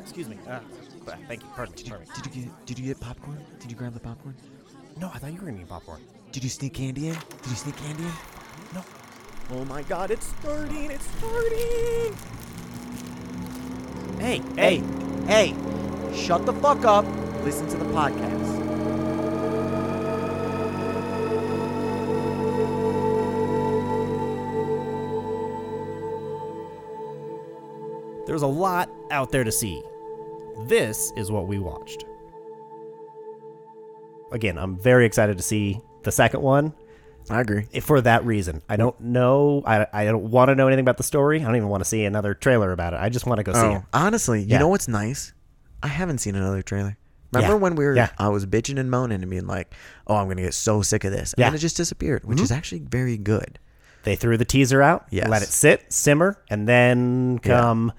Excuse me. Uh, but thank you. Pardon me. Did you, Pardon me. did you get did you get popcorn? Did you grab the popcorn? No, I thought you were gonna need popcorn. Did you sneak candy in? Did you sneak candy in? No. Oh my God! It's starting! It's starting! Hey! Hey! Hey! Shut the fuck up! Listen to the podcast. There's a lot out there to see. This is what we watched. Again, I'm very excited to see the second one I agree. for that reason. I don't know. I, I don't want to know anything about the story. I don't even want to see another trailer about it. I just want to go see it. Oh, honestly, you Yeah. know what's nice? I haven't seen another trailer. Remember Yeah. when we were? Yeah. I was bitching and moaning and being like, "Oh, I'm gonna get so sick of this," and then Yeah. it just disappeared, which is actually very good. They threw the teaser out, Yes. let it sit, simmer, and then Yeah. come.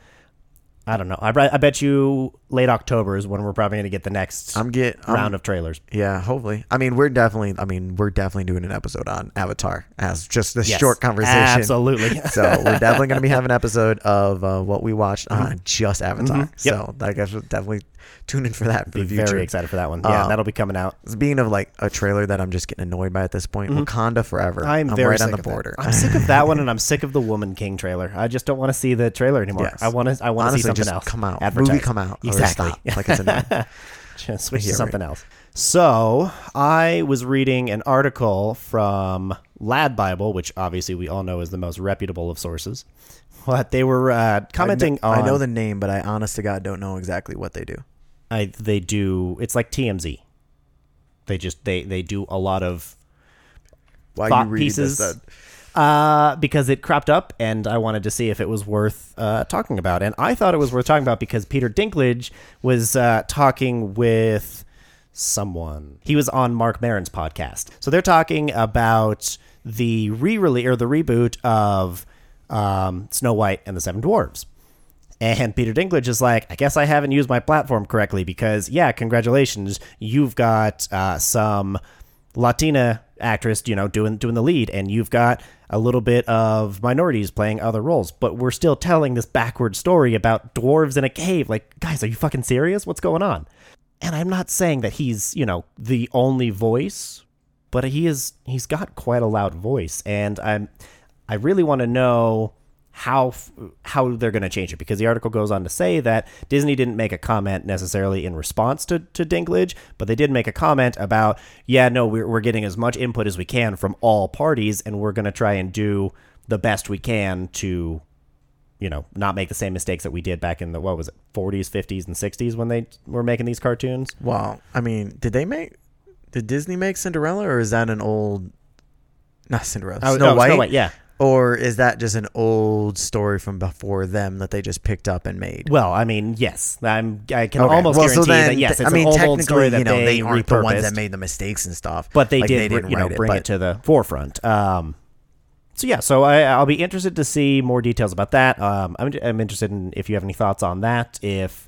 I don't know. I, bet- I bet you late October is when we're probably going to get the next I'm get I'm, round of trailers. yeah. Hopefully, I mean, we're definitely. I mean, we're definitely doing an episode on Avatar as just a Yes. short conversation. Absolutely. so we're definitely gonna be having an episode of uh, what we watched Mm-hmm. on just Avatar. So I guess we'll definitely tune in for that for the future. Very excited for that one. Yeah, Um, that'll be coming out. Speaking of like a trailer that I'm just getting annoyed by at this point, Wakanda Forever. I'm, Mm-hmm. very right sick on the of that. border. I'm sick of that one, and I'm sick of the Woman King trailer. I just don't want to see the trailer anymore. Yes. I want to. I want to see something Honestly, just else. come out. Advertise. Movie come out. or Exactly. stop. Like it's annoying. Just switch Yeah, to right. something else. So I was reading an article from Lad Bible, which obviously we all know is the most reputable of sources. But they were uh, commenting I on. know, I know the name, but I honest to God don't know exactly what they do. I, they do. It's like TMZ. They just they they do a lot of Why thought you reading pieces this? Dad? uh, because it cropped up, and I wanted to see if it was worth uh, talking about. And I thought it was worth talking about because Peter Dinklage was uh, talking with someone. He was on Mark Maron's podcast, so they're talking about the re-release or the reboot of um, Snow White and the Seven Dwarves. And Peter Dinklage is like, I guess I haven't used my platform correctly because, yeah, congratulations, you've got uh, some Latina actress, you know, doing doing the lead, and you've got a little bit of minorities playing other roles, but we're still telling this backward story about dwarves in a cave. Like, guys, are you fucking serious? What's going on? And I'm not saying that he's, you know, the only voice, but he is he's got quite a loud voice and i'm i really want to know how f- how they're going to change it because the article goes on to say that disney didn't make a comment necessarily in response to, to dinklage but they did make a comment about yeah no we're, we're getting as much input as we can from all parties and we're going to try and do the best we can to you know not make the same mistakes that we did back in the what was it 40s 50s and 60s when they were making these cartoons Wow. I mean, did they make? Did Disney make Cinderella, or is that an old? Not Cinderella. Oh, Snow, no, White? Snow White, yeah. Or is that just an old story from before them that they just picked up and made? Well, I mean, yes, I'm. I can Okay. almost Well, guarantee then that yes, th- it's I an mean, old, technically, old story that you know, they, they aren't the ones repurposed, that made the mistakes and stuff. but they Like, did, didn't you know, write bring but- it to the forefront. Um, so yeah, so I, I'll be interested to see more details about that. Um, I'm, I'm interested in if you have any thoughts on that. If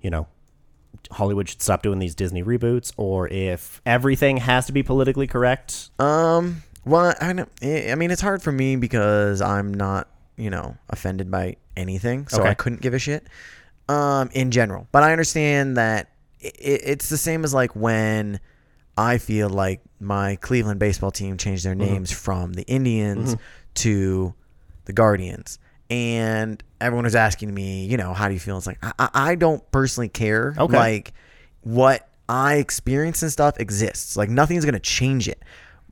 you know, Hollywood should stop doing these Disney reboots, or if everything has to be politically correct. Um. Well, I know. eh, I I mean, it's hard for me because I'm not, you know, offended by anything, so Okay. I couldn't give a shit. Um, in general, but I understand that i i- it's the same as like when I feel like my Cleveland baseball team changed their Mm-hmm. names from the Indians to the Guardians, and everyone was asking me, you know, how do you feel? It's like I, I I don't personally care. Okay. Like what I experience and stuff exists. Like nothing's gonna change it.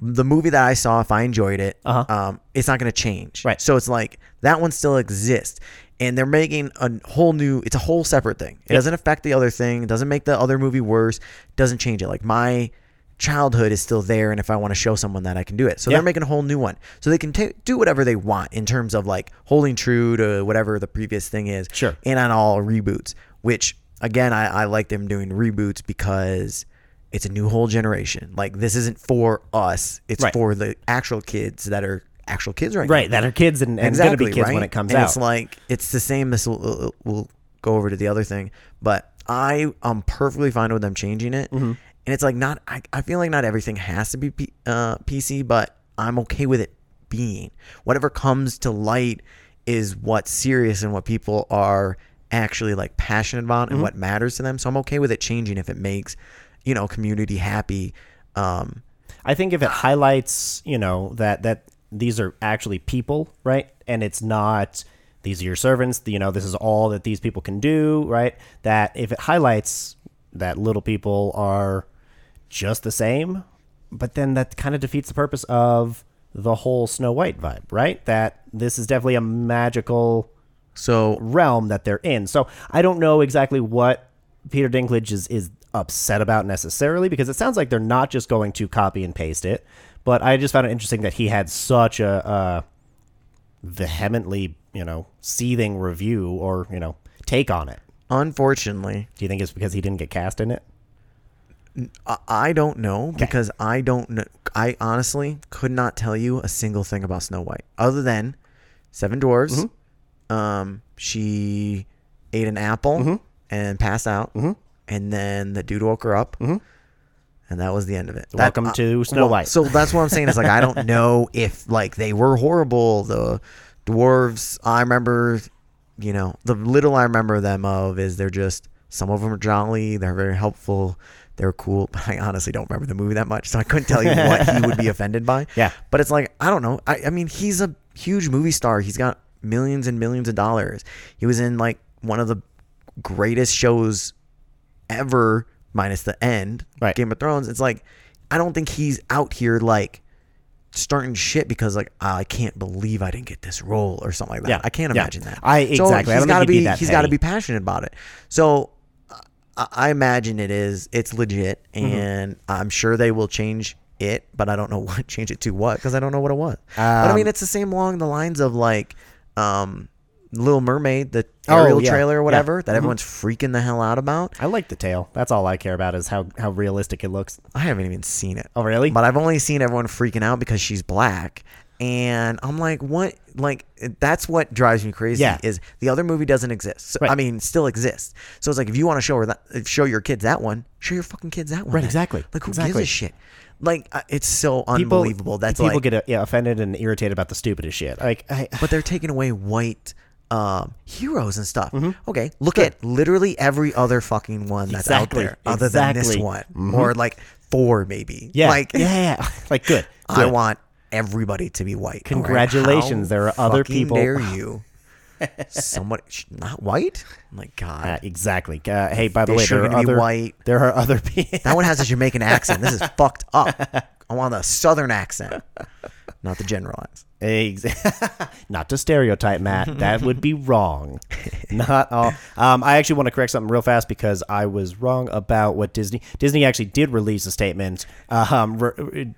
The movie that I saw, if I enjoyed it, Uh-huh. um, it's not gonna change. Right. So it's like that one still exists, and they're making a whole new. It's a whole separate thing. It doesn't affect the other thing. It doesn't make the other movie worse. Doesn't change it. Like my childhood is still there, and if I want to show someone that, I can do it. So Yeah. they're making a whole new one. So they can ta do whatever they want in terms of like holding true to whatever the previous thing is Sure. and on all reboots, which again, I, I like them doing reboots because it's a new whole generation. Like this isn't for us; it's Right. for the actual kids that are actual kids right, Right, now. that are kids and, and gonna be kids when it comes and out. It's like it's the same. This will will- will go over to the other thing, but I am perfectly fine with them changing it. Mm-hmm. And it's like not. I, I feel like not everything has to be P, uh, PC, but I'm okay with it being whatever comes to light is what's serious and what people are actually like passionate about Mm-hmm. and what matters to them. So I'm okay with it changing if it makes, you know, community happy. Um, I think if it highlights, you know, that that these are actually people, right? And it's not these are your servants, you know, this is all that these people can do, right? That if it highlights that little people are just the same, but then that kind of defeats the purpose of the whole Snow White vibe, right? That this is definitely a magical so realm that they're in. So I don't know exactly what Peter Dinklage is is upset about necessarily because it sounds like they're not just going to copy and paste it. But I just found it interesting that he had such a uh, vehemently, you know, seething review or you know take on it. unfortunately, Do you think it's because he didn't get cast in it? I- I don't know because I don't know. I honestly could not tell you a single thing about Snow White other than Seven Dwarves. Mm-hmm. Um, she ate an apple and passed out, Mm-hmm. and then the dude woke her up, and that was the end of it. That- Welcome uh, to Snow well, White. So that's what I'm saying is like I don't know if like they were horrible. The dwarves, I remember, you know, the little I remember them of is they're just some of them are jolly. They're very helpful. They're cool. But I honestly don't remember the movie that much, so I couldn't tell you what he would be offended by. Yeah. But it's like I don't know. I, I mean, he's a huge movie star. He's got millions and millions of dollars. He was in like one of the greatest shows ever, minus the end, Right. Game of Thrones. It's like I don't think he's out here like starting shit because like "Ah, I can't believe I didn't get this role or something like that. Yeah, I can't yeah. imagine that. I- exactly. I he's don't got to think he'd be be. that he's got to petty. be passionate about it. So I, I imagine it is. It's legit, Mm-hmm. and I'm sure they will change it, but I don't know what change it to what because I don't know what it was. but Um, I mean, it's the same along the lines of like. um Little Mermaid, the Oh, aerial yeah, trailer yeah. Mm-hmm. or whatever that everyone's freaking the hell out about. I like the tail. That's all I care about is how how realistic it looks. I haven't even seen it. Oh, really? But I've only seen everyone freaking out because she's black. And I'm like, what? Like, that's what drives me crazy. Yeah. Is the other movie doesn't exist. So, I Right. mean, still exists. So it's like, if you want to show her that, show your kids that one, show your fucking kids that one. Right, then. exactly. Like, who Exactly. gives a shit? Like, uh, it's so People- unbelievable. that's people like, get uh, yeah, offended and irritated about the stupidest shit. Like I, but they're taking away white um, heroes and stuff. Mm-hmm. Okay, look at literally every other fucking one that's Exactly, out there, other than this exactly. Mm-hmm. one, or like four maybe. yeah, like yeah, yeah, yeah. like good. I good. want everybody to be white. all right? Congratulations, How there are other fucking people- Dare you? Somebody sh- not white? Oh My God, Uh, exactly. Uh, hey, by the Fish way, there are are gonna be other white. there are other people. that one has a Jamaican accent. This is fucked up. I want the Southern accent, not the generalized. Not to stereotype, Matt. That would be wrong. Not all. Um, I actually want to correct something real fast because I was wrong about what Disney. Disney actually did release a statement um, re-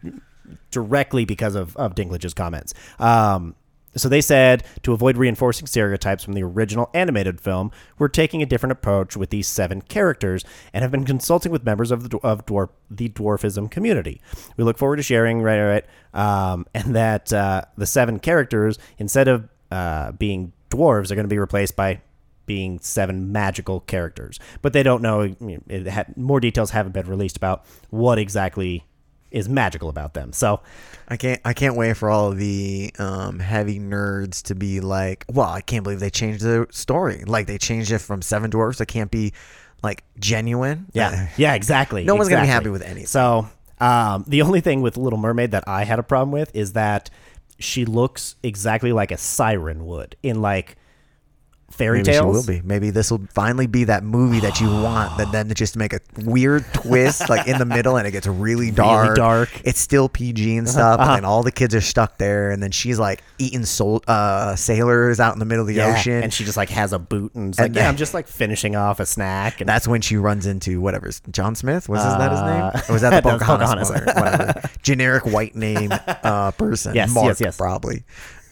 directly because of, of Dinklage's comments. Um, so they said to avoid reinforcing stereotypes from the original animated film, we're taking a different approach with these seven characters and have been consulting with members of the of dwarf the dwarfism community. We look forward to sharing right, right, right, um, and that uh, the seven characters instead of uh, being dwarves are going to be replaced by being seven magical characters. But they don't know. I mean, It had, more details haven't been released about what exactly is magical about them. So I can't. I can't wait for all the um, heavy nerds to be like, "Well, I can't believe they changed the story. Like they changed it from Seven Dwarfs. It can't be like genuine." Uh, Yeah, yeah, exactly. No one's gonna be exactly. happy with anything. So, um, the only thing with Little Mermaid that I had a problem with is that she looks exactly like a siren would in like fairy Maybe tales. she will be. Maybe this will finally be that movie that you want, that then just make a weird twist like in the middle, and it gets really dark. dark. Uh-huh. It's still PG and stuff, and then all the kids are stuck there, and then she's like eating sol- uh, sailors out in the middle of the Yeah, ocean. and she just like has a boot and is And like, yeah, then- I'm just like finishing off a snack. And that's when she runs into whatever's John Smith was is that his Uh, name? Or was that the that was Pocahontas? Pocahontas. mother? Whatever. Generic white name uh, person. Yes, yes, Mark, yes. E-, probably.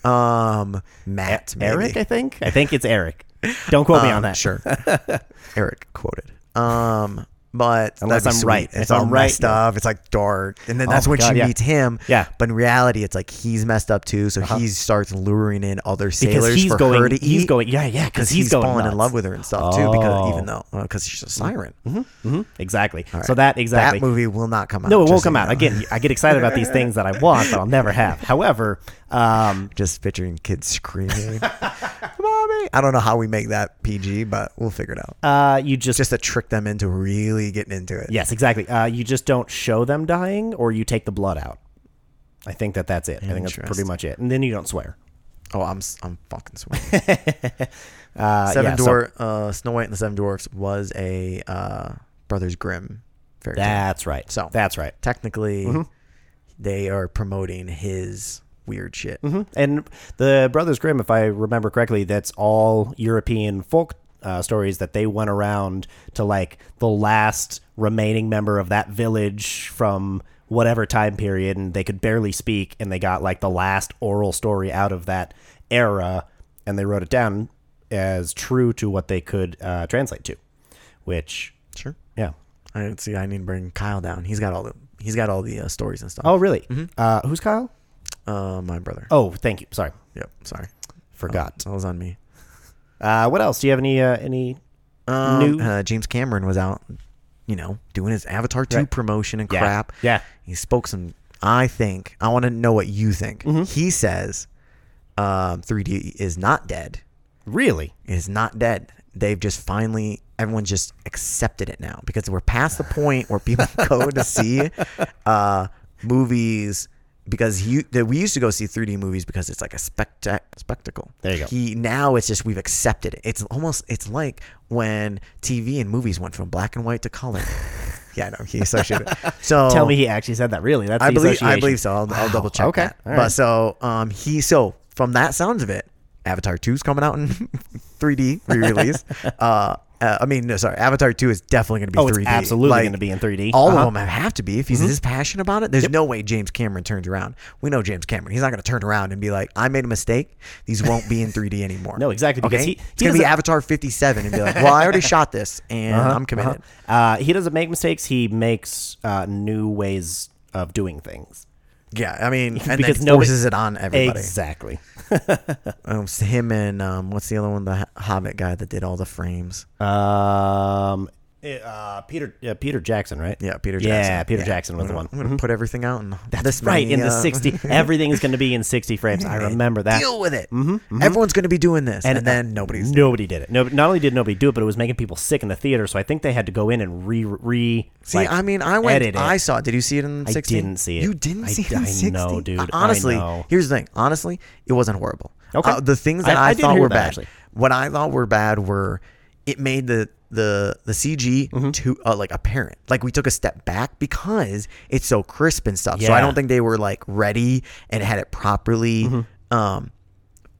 Um, Matt, maybe. Eric, I think. I think it's Eric. Don't quote me Um, on that. Sure. Eric quoted. Um, but Unless that'd be I'm sweet. right. If It's all I'm right, messed yeah. up. It's like dark, and then that's my when God, she yeah. meets him. Yeah. Uh-huh. But in reality, it's like he's messed up too. So he starts luring in other sailors Because he's for going, her to he's eat going, yeah, yeah, because because he's, going falling nuts. in love with her and stuff too. Because Oh. even though because she's a siren, Mhm, exactly. So that exactly. that movie will not come out. no, it won't just so come you out. know. Again, I get excited about these things that I want, but I'll never have. However, um, Just picturing kids screaming, "Mommy!" anime. I don't know how we make that PG, but we'll figure it out. Uh, you just, Just to trick them into really getting into it. yes, exactly. Uh, you just don't show them dying, or you take the blood out. I think that that's it. I think that's pretty Interesting. much it. And then you don't swear. Oh, I'm s- I'm fucking sweating. Uh, Seven yeah, so Dwarf, uh, Snow White and the Seven Dwarfs was a uh, Brothers Grimm fairy tale. that's right. So. that's right. Technically, Mm-hmm. they are promoting his weird shit. Mhm. And the Brothers Grimm, if I remember correctly, that's all European folk uh, stories that they went around to like the last remaining member of that village from whatever time period, and they could barely speak, and they got like the last oral story out of that era, and they wrote it down as true to what they could uh, translate to, which Sure. yeah. I didn't see. I need to bring Kyle down. He's got all the he's got all the uh, stories and stuff. Oh really? Uh, who's Kyle? uh, my brother. Oh, thank you. Sorry, Yep. Sorry, forgot. that was on me. Uh, what else? Do you have any uh, any Um, New- uh, James Cameron was out, you know, doing his Avatar two Right. promotion and Yeah. crap. Yeah. He spoke some. I think I want to know what you think. Mm-hmm. He says, um, 3D is not dead. Really? It is not dead. They've just finally everyone's just accepted it now because we're past the point where people go to see uh, movies because you that we used to go see 3D movies because it's like a spectac- spectacle. There you go. He now it's just we've accepted it. It's almost it's like when TV and movies went from black and white to color. yeah, I know he associated. it. So Tell me he actually said that. Really? That's Oh. I the believe I association. believe so. I'll, I'll double check. Okay. That. All But right. so um he so from that sounds of it, Avatar 2 is coming out in 3D re-release. uh, uh, I mean, no, sorry, Avatar 2 is definitely going to be Oh, 3D. it's absolutely gonna be in 3D. All Uh-huh. of them have to be if he's this passionate about it. There's no way James Cameron turns around. We know James Cameron. He's not going to turn around and be like, "I made a mistake. These won't be in 3D anymore." No, exactly, because okay? he- it's he going to be doesn't- Uh-huh, Avatar 57 and be like, "Well, I already shot this and I'm committed." Uh, he doesn't make mistakes. He makes uh, new ways of doing things. Yeah, I mean, and Because then nobody- forces it on everybody. Exactly. Um, it's him and um, what's the other one? The H- Hobbit guy that did all the frames. Um, eh, uh, Peter uh, Peter Jackson, right? Yeah, Mm-hmm. Peter. Yeah, Jackson. Peter Jackson was the I'm one. Mm-hmm. gonna- I'm gonna put everything out and this Right many, in the uh, sixty, everything is going to be in sixty frames. I remember that. Deal with it. Mm-hmm, Everyone's gonna be doing this, and, then nobody's. Nobody did it. No, not only did nobody do it, but it was making people sick in the theater. So I think they had to go in and re re. See, like, I mean, I went. edit it. I saw it. Did you see it in I 60? didn't see it. You didn't I- see it in I 60? know, dude. I Honestly, know. here's the thing. Honestly, it wasn't horrible. Okay. Uh, the things I- that I I, did thought hear were that, bad, actually. what I thought were bad were it made the the the CG Mm-hmm. too uh, like apparent. Like we took a step back because it's so crisp and stuff. So Yeah. I don't think they were like ready and had it properly. Mm-hmm. Um,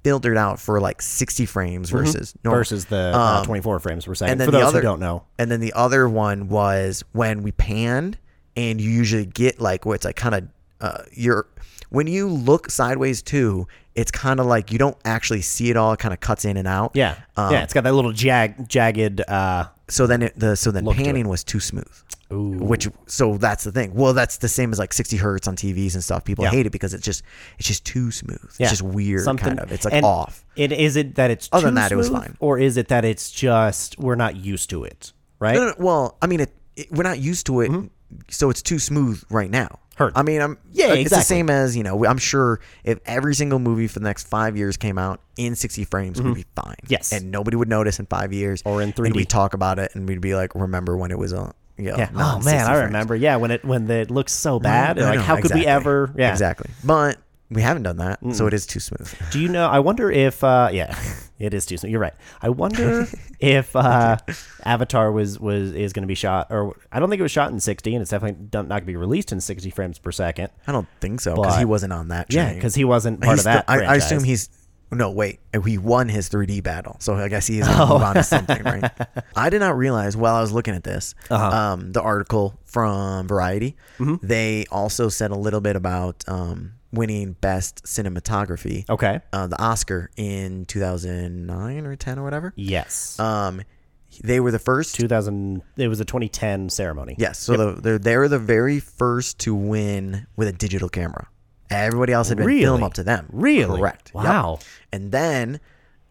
filtered out for like 60 frames versus normal. versus the uh, twenty four frames per second. um, and then For those the other who don't know, And then the other one was when we panned, and you usually get like where it's like kind of uh, you're when you look sideways too, it's kind of like you don't actually see it all. It kind of cuts in and out. yeah, Um, yeah, it's got that little jag jagged. Uh, So then it, the so then to panning was too smooth. Ooh. Which so that's the thing. Well, that's the same as like 60 hertz on TVs and stuff. People Yeah. hate it because it's just it's just too smooth. Yeah. It's just weird kind of. It's like and off. It is it that it's Other other than than that, it was fine. or is it that it's just we're not used to it, right? No, no, no, well, I mean, it, it, we're not used to it, so it's too smooth right now. Mm-hmm. Heard. I mean, I'm Yeah, It's the exactly. same as you know. I'm sure if every single movie for the next five years came out in 60 frames, we'd be fine. Mm-hmm. Yes. and nobody would notice in five years Or in And 3D. we talk about it, and we'd be like, remember when it was on? Yeah. Yeah. not Oh in man, 60 I frames. remember. Yeah, when it when the, it looks so bad, No, like no, how could we exactly. ever? Yeah, Exactly. But we haven't done that, so it is too smooth. Do you know? I wonder if uh, yeah, it is too soon. You're right. I wonder if uh, Avatar was was is going to be shot, or I don't think it was shot in 60, and it's definitely don't- not going to be released in 60 frames per second. I don't think so because he But- wasn't on that. Yeah, train. because he wasn't part He's of that. still- I, I franchise. assume he's. No, wait. He won his 3D battle, so I guess he is Oh. gonna move on to something, right? I did not realize while I was looking at this, Uh-huh. um, the article from Variety. Mm-hmm. They also said a little bit about um, winning best cinematography, okay. uh, the Oscar in 2009 or 10 or whatever. Yes. Um, they were the first 2000. It was a 2010 ceremony. Yes. So the, they're they were the very first to win with a digital camera. Everybody else had been Really? film up to them. Really? Correct. Yep. Wow. And then,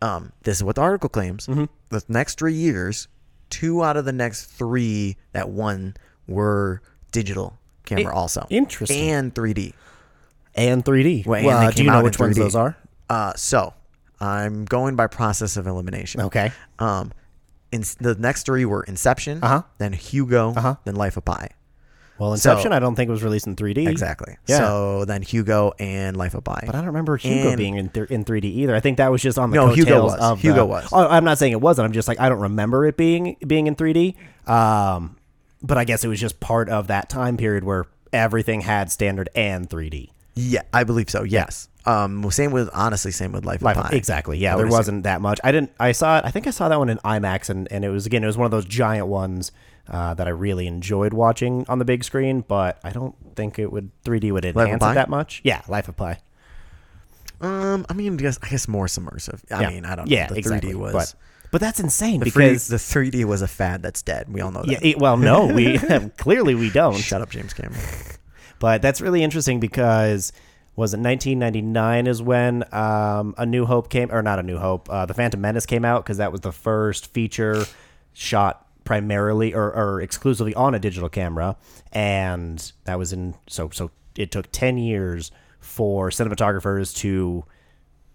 um, this is what the article claims: Mm-hmm. the next three years, two out of the next three that won were digital camera also. interesting. And 3D. and 3D. Well, and Well, they do came you know out which in ones 3D. those are? Uh, so I'm going by process of elimination. Okay. Um, in, the next three were Inception, Uh-huh. then Hugo, Uh-huh. then Life of Pi. Well, So- Inception, I don't think was released in 3D. Exactly. Yeah. So then Hugo and Life of Pi. But I don't remember Hugo And- being in th- in 3D either. I think that was just on the No, Hugo coattails was. of the- Hugo was. Oh, I'm not saying it wasn't. I'm just like I don't remember it being being in 3D. Um, but I guess it was just part of that time period where everything had standard and 3D. yeah, I believe so. Yes. Um, well, same with honestly, same with Life, Life of Pi. exactly. Yeah, I there would assume. wasn't that much. I didn't. I saw it. I think I saw that one in IMAX, and and it was again. It was one of those giant ones. Uh, that I really enjoyed watching on the big screen, but I don't think it would 3D would of enhance Pi? it that much. Yeah, Life of Pi. Um, I mean, I guess, I guess more submersive. I Yeah. mean, I don't know. Yeah, The exactly. 3D was But, but that's insane the, free, because the 3D was a fad that's dead. We all know that. Yeah, it- well, no, we clearly we don't. Shut up, James Cameron. But that's really interesting because was it 1999 is when um, A New Hope came, or not A New Hope, uh, The Phantom Menace came out because that was the first feature shot primarily or, or exclusively on a digital camera, and that was in so so it took 10 years for cinematographers to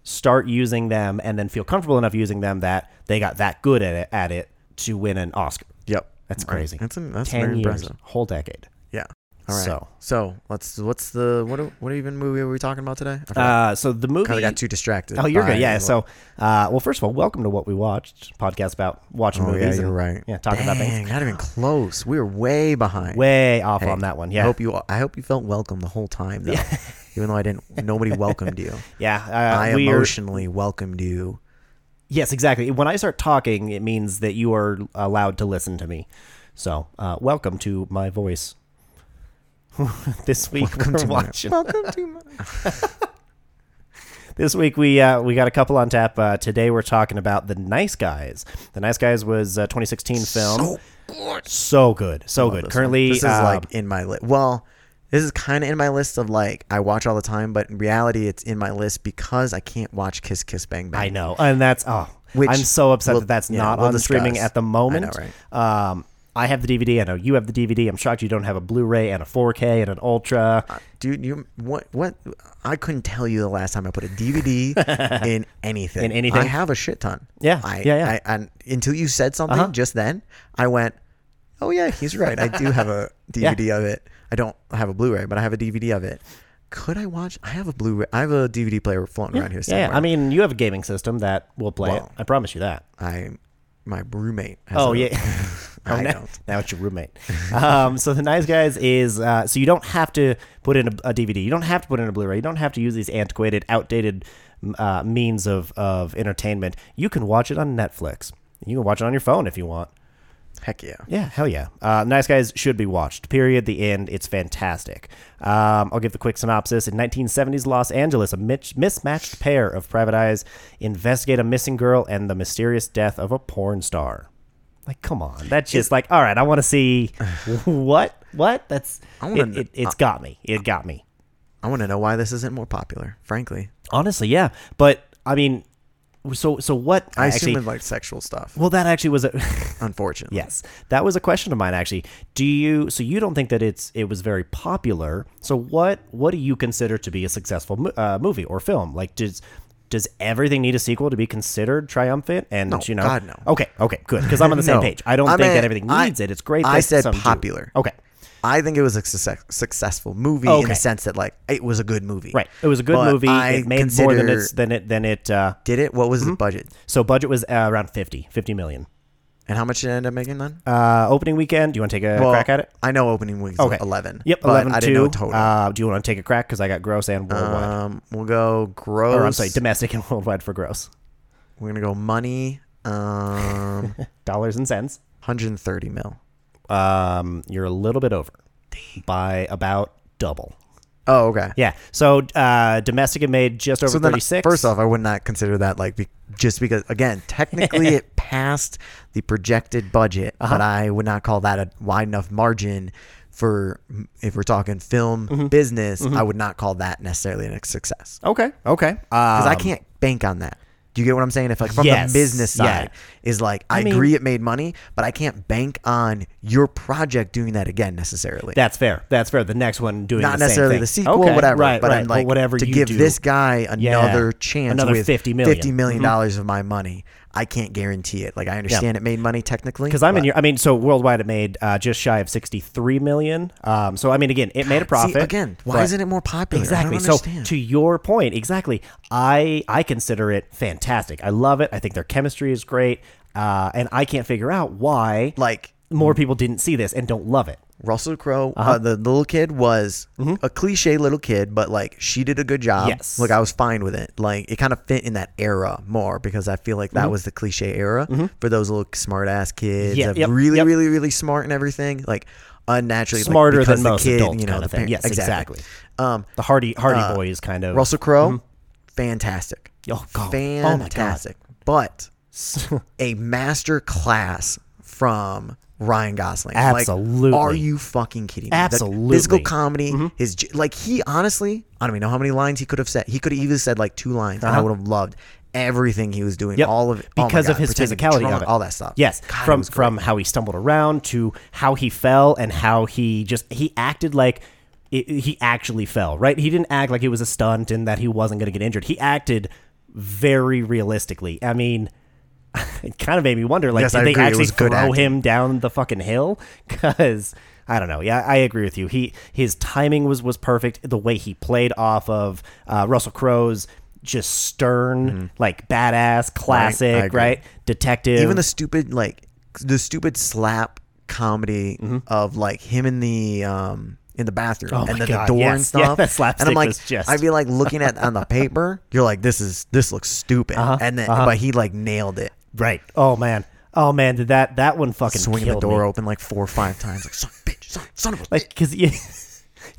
start using them and then feel comfortable enough using them that they got that good at it, at it to win an Oscar. Yep. That's Right. crazy. That's an- that's 10 very years, impressive. whole decade. Yeah. All right. So. So, let's. What's the what? are- What even movie were we talking about today? I forgot. Uh, so the movie. Kinda got too distracted. Oh, you're by- good. Yeah. So, uh, well, first of all, welcome to what we watched podcast about watching Oh, movies. yeah, you're and, right. Yeah, talking about Dang, things. Not even close. We were way behind. Way off Hey, on that one. I Yeah. hope you. I hope you felt welcome the whole time, though. even though I didn't. Nobody welcomed you. yeah. Uh, I we are- emotionally welcomed you. yes, exactly. When I start talking, it means that you are allowed to listen to me. So, uh, welcome to my voice. this week we're to my- watching. Welcome to. My, This week we uh, we got a couple on tap. Uh, today we're talking about the Nice Guys. The Nice Guys was a 2016 film. So good, so good, This one. Currently, this is um, like in my list. Well, this is kind of in my list of like I watch all the time, but in reality, it's in my list because I can't watch Kiss Kiss Bang Bang. I know, and that's oh, Which I'm so upset we'll- that that's yeah, not we'll on streaming discuss. at the moment. I know, Um, I have the DVD. I know you have the DVD. I'm shocked you don't have a Blu-ray and a 4K and an Ultra. Dude, you what? What? I couldn't tell you the last time I put a DVD in anything. In anything? I have a shit ton. Yeah, I, yeah, Uh-huh. yeah. I, and until you said something just then, I went, "Oh yeah, he's right. I do have a DVD of it. I don't have a Blu-ray, but I have a DVD of it. Could I watch? I have a Blu-ray. I have a DVD player floating around here somewhere. yeah, I mean, you have a gaming system that will play it. Wow. I promise you that. I my roommate. Has Oh a- yeah. I Oh, now, don't. now it's your roommate. Um, so the nice guys is uh, so you don't have to put in a, a DVD. You don't have to put in a Blu-ray. You don't have to use these antiquated, outdated m- uh, means of of entertainment. You can watch it on Netflix. You can watch it on your phone if you want. Heck yeah. Yeah, hell yeah. Uh, nice Guys should be watched. Period. The end. It's fantastic. Um, I'll give the quick synopsis. In 1970s Los Angeles, a mitch- mismatched pair of private eyes investigate a missing girl and the mysterious death of a porn star. Like, come on. That's just like, all right, I want to see what? What? That's. I wanna it, kn- it, it's got me. It got me. I want to know why this isn't more popular. Frankly, Honestly, yeah. But, I mean, so so what? I actually. assume it's like sexual stuff. well, that actually was a. Unfortunately, Yes, that was a question of mine actually. Do you so you don't think that it's it was very popular? So what what do you consider to be a successful mo- uh, movie or film? Like does does everything need a sequel to be considered triumphant? And you know, God, no. Okay, okay, good. Because I'm on the same No. page. I don't I think mean, that everything I- needs it. It's great. I that said some do. popular. Okay, I think it was a success, successful movie in Okay. the sense that like it was a good movie. right. It was a good But movie. I it made more than consider- it's than it than it. Uh, Did it? What was the budget? so budget was uh, around 50, 50 million. And how much did it end up making then? Uh, opening weekend. Do you want to take a Well, crack at it? I know opening week. Okay. eleven. Yep, but 11 I didn't know two. total. Uh, do you want to take a crack? Because I got gross and worldwide. um, we'll go gross. or I'm sorry, domestic and worldwide for gross. We're gonna go money. Um, Dollars and cents. 130 mil. Um, you're a little bit over by about double. Oh, okay. Yeah. So uh, domestic it made just over So then, 36. first off, I would not consider that like be, just because again, technically it passed the projected budget, Uh-huh. but I would not call that a wide enough margin for if we're talking film Mm-hmm. business. I would not call that necessarily a success okay. Okay. Um, because I can't bank on that. Do you get what I'm saying? If like from Yes, the business yeah. side is like I, I mean- agree it made money, but I can't bank on your project doing that again necessarily. That's fair. That's fair. The next one doing not the necessarily same thing. the sequel, Okay, whatever. Right, but right. I'm like whatever to you give do. this guy another chance Another with 50 million. Mm-hmm. $50 million dollars of my money. I can't guarantee it. Like I understand it made money technically because I'm in but- your. I mean, so worldwide it made uh, just shy of 63 million. Um, so I mean, again, it made a profit. See, again, why but- isn't it more popular? Exactly. I don't So understand. to your point, exactly. I I consider it fantastic. I love it. I think their chemistry is great, uh, and I can't figure out why like mm. more people didn't see this and don't love it. Russell Crowe, uh Uh-huh. the little kid was a cliche little kid, but like she did a good job. Mm-hmm. Yes. Like I was fine with it. Like it kind of fit in that era more because I feel like that was the cliche era for those little smart ass kids. Mm-hmm. Yeah, that yep, really, yep. really, really smart and everything. Like unnaturally like, Smarter because than the most kid, adults you know, kind the of thing. parent- Yes, exactly. Um, The Hardy Hardy Uh, Boys kind of Mm-hmm. Russell Crowe, fantastic. Oh, God. Oh, my God. Fantastic. But a master class from Ryan Gosling. Like, Absolutely. are you fucking kidding me? The Absolutely. Mm-hmm. physical comedy. His j- like he honestly, I don't even know how many lines he could have said. He could have even said like two lines, and I would have loved everything he was doing. Uh-huh. Yep. All of it Oh my because of God, his pretending physicality drunk, of it. all that stuff. Yes, God, it from was great. from how he stumbled around to how he fell and how he just he acted like it, he actually fell. Right, he didn't act like it was a stunt and that he wasn't going to get injured. He acted very realistically. I mean. It kind of made me wonder, like, Yes, did I they agree. It actually was good throw acting. him down the fucking hill? Because I don't know. Yeah, I agree with you. He his timing was was perfect. The way he played off of uh, Russell Crowe's just stern, like badass, Mm-hmm. I classic, agree. right? Detective. even the stupid like the stupid slap comedy of like him in the um in the bathroom Mm-hmm. Oh my and then God, the door and yes. Yeah, stuff. that and slapstick I'm like, was just- I'd be like looking at on the paper. You're like, this is this looks stupid, Uh-huh, and then but he like nailed it, right. Oh man. Oh man. Did that that one fucking swinging the killed door me. open like four or five times, like son of a bitch, son, son of a Like because it,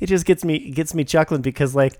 it just gets me it gets me chuckling because like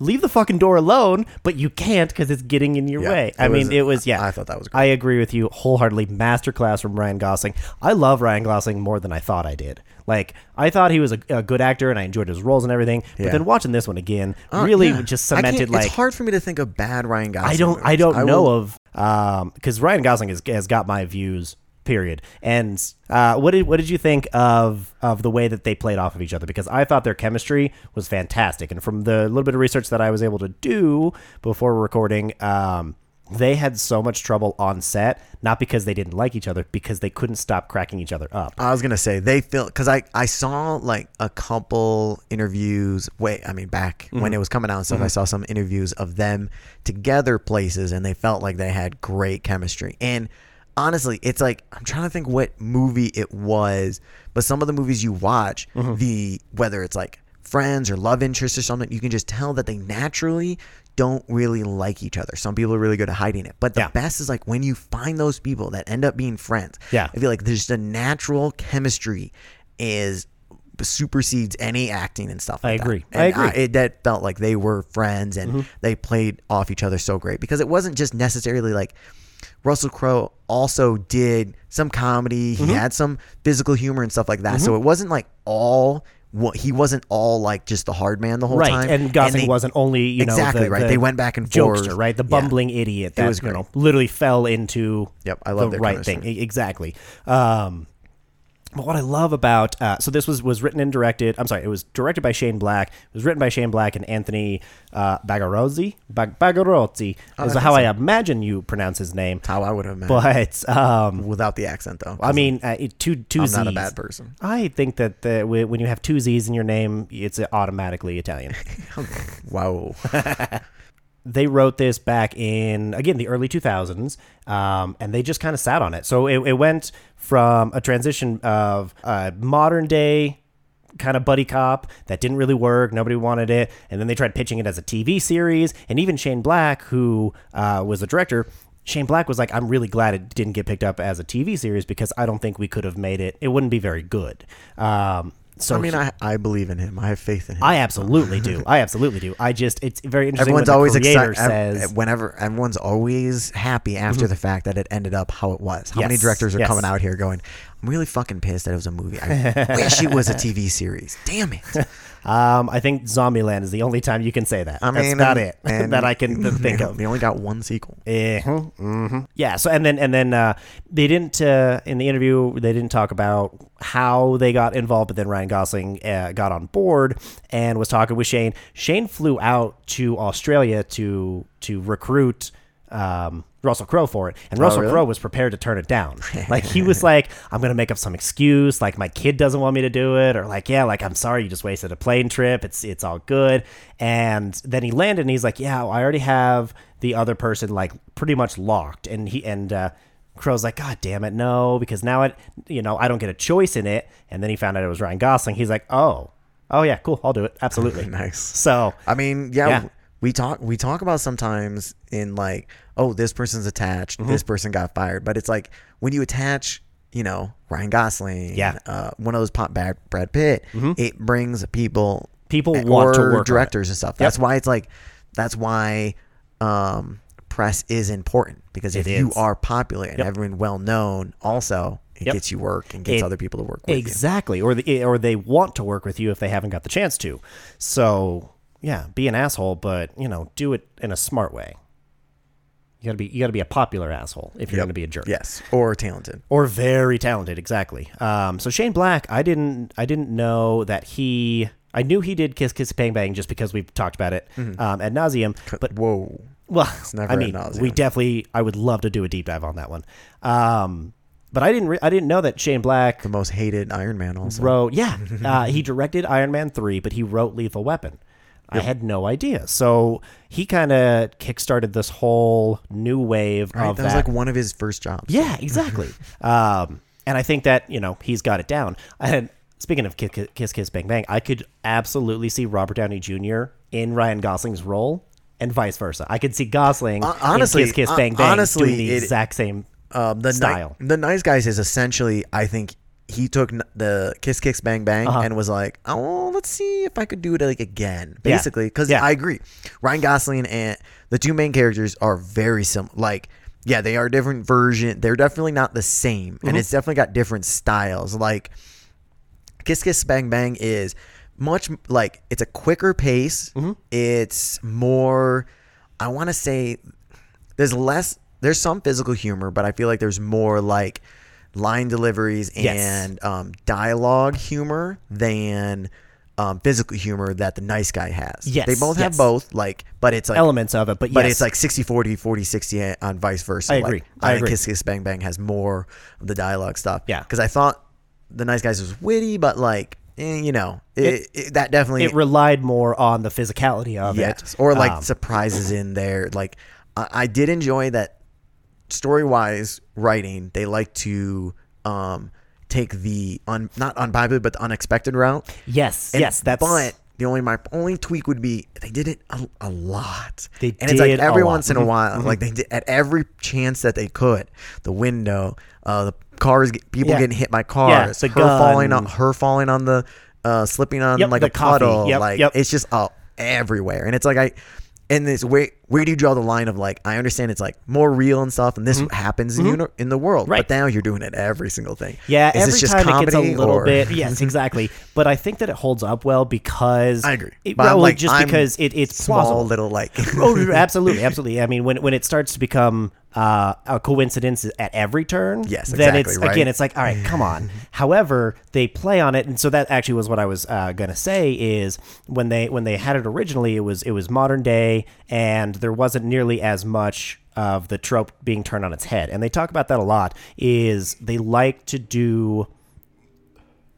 leave the fucking door alone, but you can't because it's getting in your Yeah, way. it I mean, was- it was yeah. I thought that was I agree with you wholeheartedly. Masterclass from Ryan Gosling. I love Ryan Gosling more than I thought I did. Like I thought he was a, a good actor and I enjoyed his roles and everything. But Yeah. then watching this one again bitch." really Yeah. just I can't- cemented like it's hard for me to think of bad Ryan Gosling. I don't. I movies. don't know will- of um because Ryan Gosling has, has got my views. Period. And uh, what did what did you think of of the way that they played off of each other? Because I thought their chemistry was fantastic, and from the little bit of research that I was able to do before recording, um, they had so much trouble on set, not because they didn't like each other, because they couldn't stop cracking each other up. I was gonna say they feel because I I saw like a couple interviews. Wait, I mean back Mm-hmm. when it was coming out and stuff, I saw some interviews of them together places, and they felt like they had great chemistry. And honestly, it's like I'm trying to think what movie it was, but some of the movies you watch, Mm-hmm. the whether it's like friends or love interests or something, you can just tell that they naturally don't really like each other. Some people are really good at hiding it, but the Yeah. best is like when you find those people that end up being friends. Yeah. I feel like there's just a natural chemistry is supersedes any acting and stuff. I like that. agree. And I agree. Mm-hmm. it, that felt like they were friends and they played off each other so great because it wasn't just necessarily like Russell Crowe also did some comedy. Mm-hmm. He had some physical humor and stuff like that. So it wasn't like all what he wasn't all like just the hard man the whole Right, time. and Gosling they- wasn't only you know exactly the- right. the they went back and forth. jokester, right? The Yeah. bumbling idiot that was you know great. literally fell into Yep, I love the their right chemistry. thing E- exactly. Um, but what I love about uh, so this was was written and directed. I'm sorry, it was directed by Shane Black. It was written by Shane Black and Anthony uh, Bagarozzi. Bag- Bagarozzi Oh, is how I imagine you pronounce his name. How I would have imagined But um, without the accent though. I mean, uh, it- two two I'm not a Zs. bad person. I think that the, wh- when you have two Z's in your name, it's automatically Italian. wow. they wrote this back in again the early 2000s um, and they just kind of sat on it so it, it went from a transition of uh, modern day kind of buddy cop that didn't really work nobody wanted it and then they tried pitching it as a tv series and even shane black who uh, was the director shane black was like i'm really glad it didn't get picked up as a tv series because i don't think we could have made it it wouldn't be very good um, so I mean, I, I believe in him. I have faith in him. I absolutely do. I absolutely do. I just it's very interesting. everyone's when the always creator excited. says Mm-hmm. Whenever everyone's always happy after the fact that it ended up how it was. How many Yes, directors are yes. coming out here going, I'm really fucking pissed that it was a movie. I wish it was a TV series. Damn it. Um, I think Zombieland is the only time you can say that. I That's mean, about and- it and- that I can think of. They only got one sequel. Yeah. Yeah. So and then and then uh, they didn't uh, in the interview they didn't talk about how they got involved, but then Ryan Gosling uh, got on board and was talking with Shane. Shane flew out to Australia to to recruit. Um, Russell Crowe for it, and Russell Oh, really? Crowe was prepared to turn it down. Like he was like, "I'm gonna make up some excuse, like my kid doesn't want me to do it, or like, yeah, like I'm sorry, you just wasted a plane trip. It's it's all good." And then he landed, and he's like, "Yeah, well, I already have the other person like pretty much locked and he and uh Crow's like, God damn it, no, because now it you know, I don't get a choice in it. And then he found out it was Ryan Gosling. He's like, Oh, oh yeah, cool, I'll do it. Absolutely. Nice. So I mean, yeah, Yeah. we talk we talk about sometimes in like, oh, this person's attached, Mm-hmm. this person got fired, but it's like when you attach, you know, Ryan Gosling, Yeah. Mm-hmm. uh, one of those pop Brad, Brad Pitt, it brings people eh, People or want to work on it. directors and stuff. That's why it's like, that's why. um Press is important because if you is. are popular and everyone well known, also it Yep. gets you work and gets It- other people to work with. you. exactly. Or the eh, or they want to work with you if they haven't got the chance to. So yeah, be an asshole, but you know, do it in a smart way. You gotta be you gotta be a popular asshole if you're gonna be a jerk. Yes, or talented. or very talented exactly um, so shane black i didn't i didn't know that he i knew he did kiss kiss bang bang just because we've talked about it um, ad nauseum but Whoa, well Mm-hmm. never i ad mean nauseam. we definitely i would love to do a deep dive on that one um, but i didn't re- i didn't know that shane black the most hated Iron Man. Also, wrote yeah uh, he directed iron man 3 but he wrote lethal weapon I had no idea. So he kind of kickstarted this whole new wave Right? of that was like one of his first jobs. Yeah, exactly. um, and I think that you know he's got it down. And speaking of Kiss Kiss, Kiss Bang Bang, I could absolutely see Robert Downey Jr. in Ryan Gosling's role, and vice versa. I could see Gosling Hon- honestly, in Kiss Kiss hon- Bang Bang honestly, doing the it- exact same. Um, the Ni- Style. the Nice Guys is essentially, I think, he took n- the Kiss Kicks Bang Bang Uh-huh. and was like, oh, let's see if I could do it like again, Yeah. basically, because Yeah. I agree. Ryan Gosling and the two main characters are very similar. Like, yeah, they are different version. They're definitely not the same, Mm-hmm. and it's definitely got different styles. Like, Kiss Kiss Bang Bang is much m- like it's a quicker pace. Mm-hmm. It's more, I want to say, there's less, there's some physical humor, but I feel like there's more like line deliveries and Yes. um, dialogue humor than um, physical humor that the nice guy has. Yes, They both have yes. both, like, but it's like, Elements of it, but, but yes, it's like 60 40 40 60 a- on vice versa I Like, agree. i, I think agree. kiss kiss bang bang has more of the dialogue stuff Yeah. because i thought the nice guys was witty but like eh, you know it, it, that definitely it relied more on the physicality of yes it, or like Um, surprises in there like I, I did enjoy that story wise writing they like to um take the un, not unpopular but the unexpected route yes, and- yes, that's but the only my only tweak would be they did it a, a lot. They and it's like did a every lot. Mm-hmm. once in a while, like they did at every chance that they could. The window, uh, the cars, get- people Yeah. getting hit by cars, the her falling on gun. her falling on the, uh, slipping on Yep, like the a puddle. coffee. Yep, like yep. it's just uh, everywhere, and it's like I. And this where where do you draw the line of like I understand it's like more real and stuff and this happens in uni- in the world Mm-hmm. Right. but now you're doing it every single thing Yeah, Is this every just time it gets a comedy little or- bit. Yes, exactly. but I think that it holds up well because I agree. It, But I'm well, like, just I'm because it, it's small plausible. little like oh, absolutely, absolutely. I mean, when when it starts to become uh, a coincidence at every turn, Yes, then exactly, it's right? again, it's like, all right, come on. However, they play on it, and so that actually was what I was uh, gonna say is when they when they had it originally, it was it was modern day, and there wasn't nearly as much of the trope being turned on its head. And they talk about that a lot. Is they like to do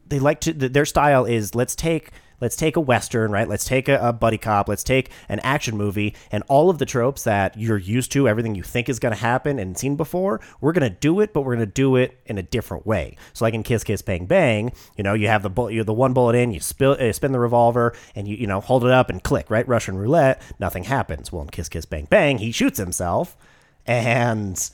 they like to th- their style is let's take let's take a western right let's take a, a buddy cop let's take an action movie and all of the tropes that you're used to everything you think is going to happen and seen before we're going to do it but we're going to do it in a different way so like in kiss kiss bang bang you know you have the bullet you're the one bullet in you spill, uh, spin the revolver and you you know hold it up and click right russian roulette nothing happens well in kiss kiss bang bang he shoots himself and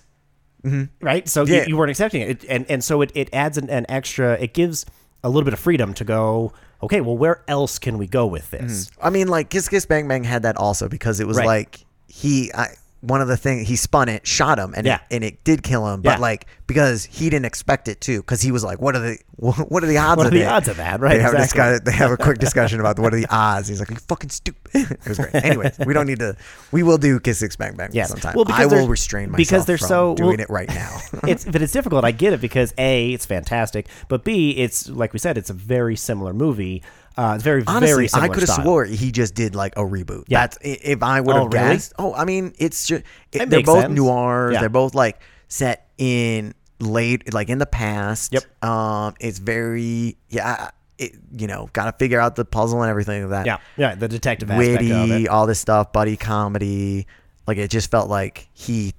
right? So Yeah. you, you weren't accepting it. it and, and so it, it adds an, an extra, it gives a little bit of freedom to go, okay, well, where else can we go with this? I mean, like Kiss Kiss Bang Bang had that also because it was Right. like he, I, one of the things he spun it, shot him, and Yeah. it, and it did kill him. But Yeah. like because he didn't expect it to, because he was like, "What are the what are the odds? What of are the it? odds of that, right, They have, a exactly. discuss- they have a quick discussion about what are the odds. He's like, "You fucking stupid." it was great. Anyways, we don't need to. We will do kiss six bang bang Yes. sometime. Well, because I will they're- restrain myself because they're from so- doing well- it right now. it's but it's difficult. I get it because a it's fantastic, but b it's like we said, it's a very similar movie. Uh, it's very very Honestly, similar I could have style. swore he just did like a reboot. Yeah. That's i- if I would have Oh, really? guessed. Oh, I mean, it's just it- That they're makes both sense. noirs. Yeah. They're both like set in late, like in the past. Yep. Um, it's very yeah. It, you know, got to figure out the puzzle and everything like that. Yeah, yeah, the detective aspect of Witty, it. all this stuff, buddy comedy. Like it just felt like he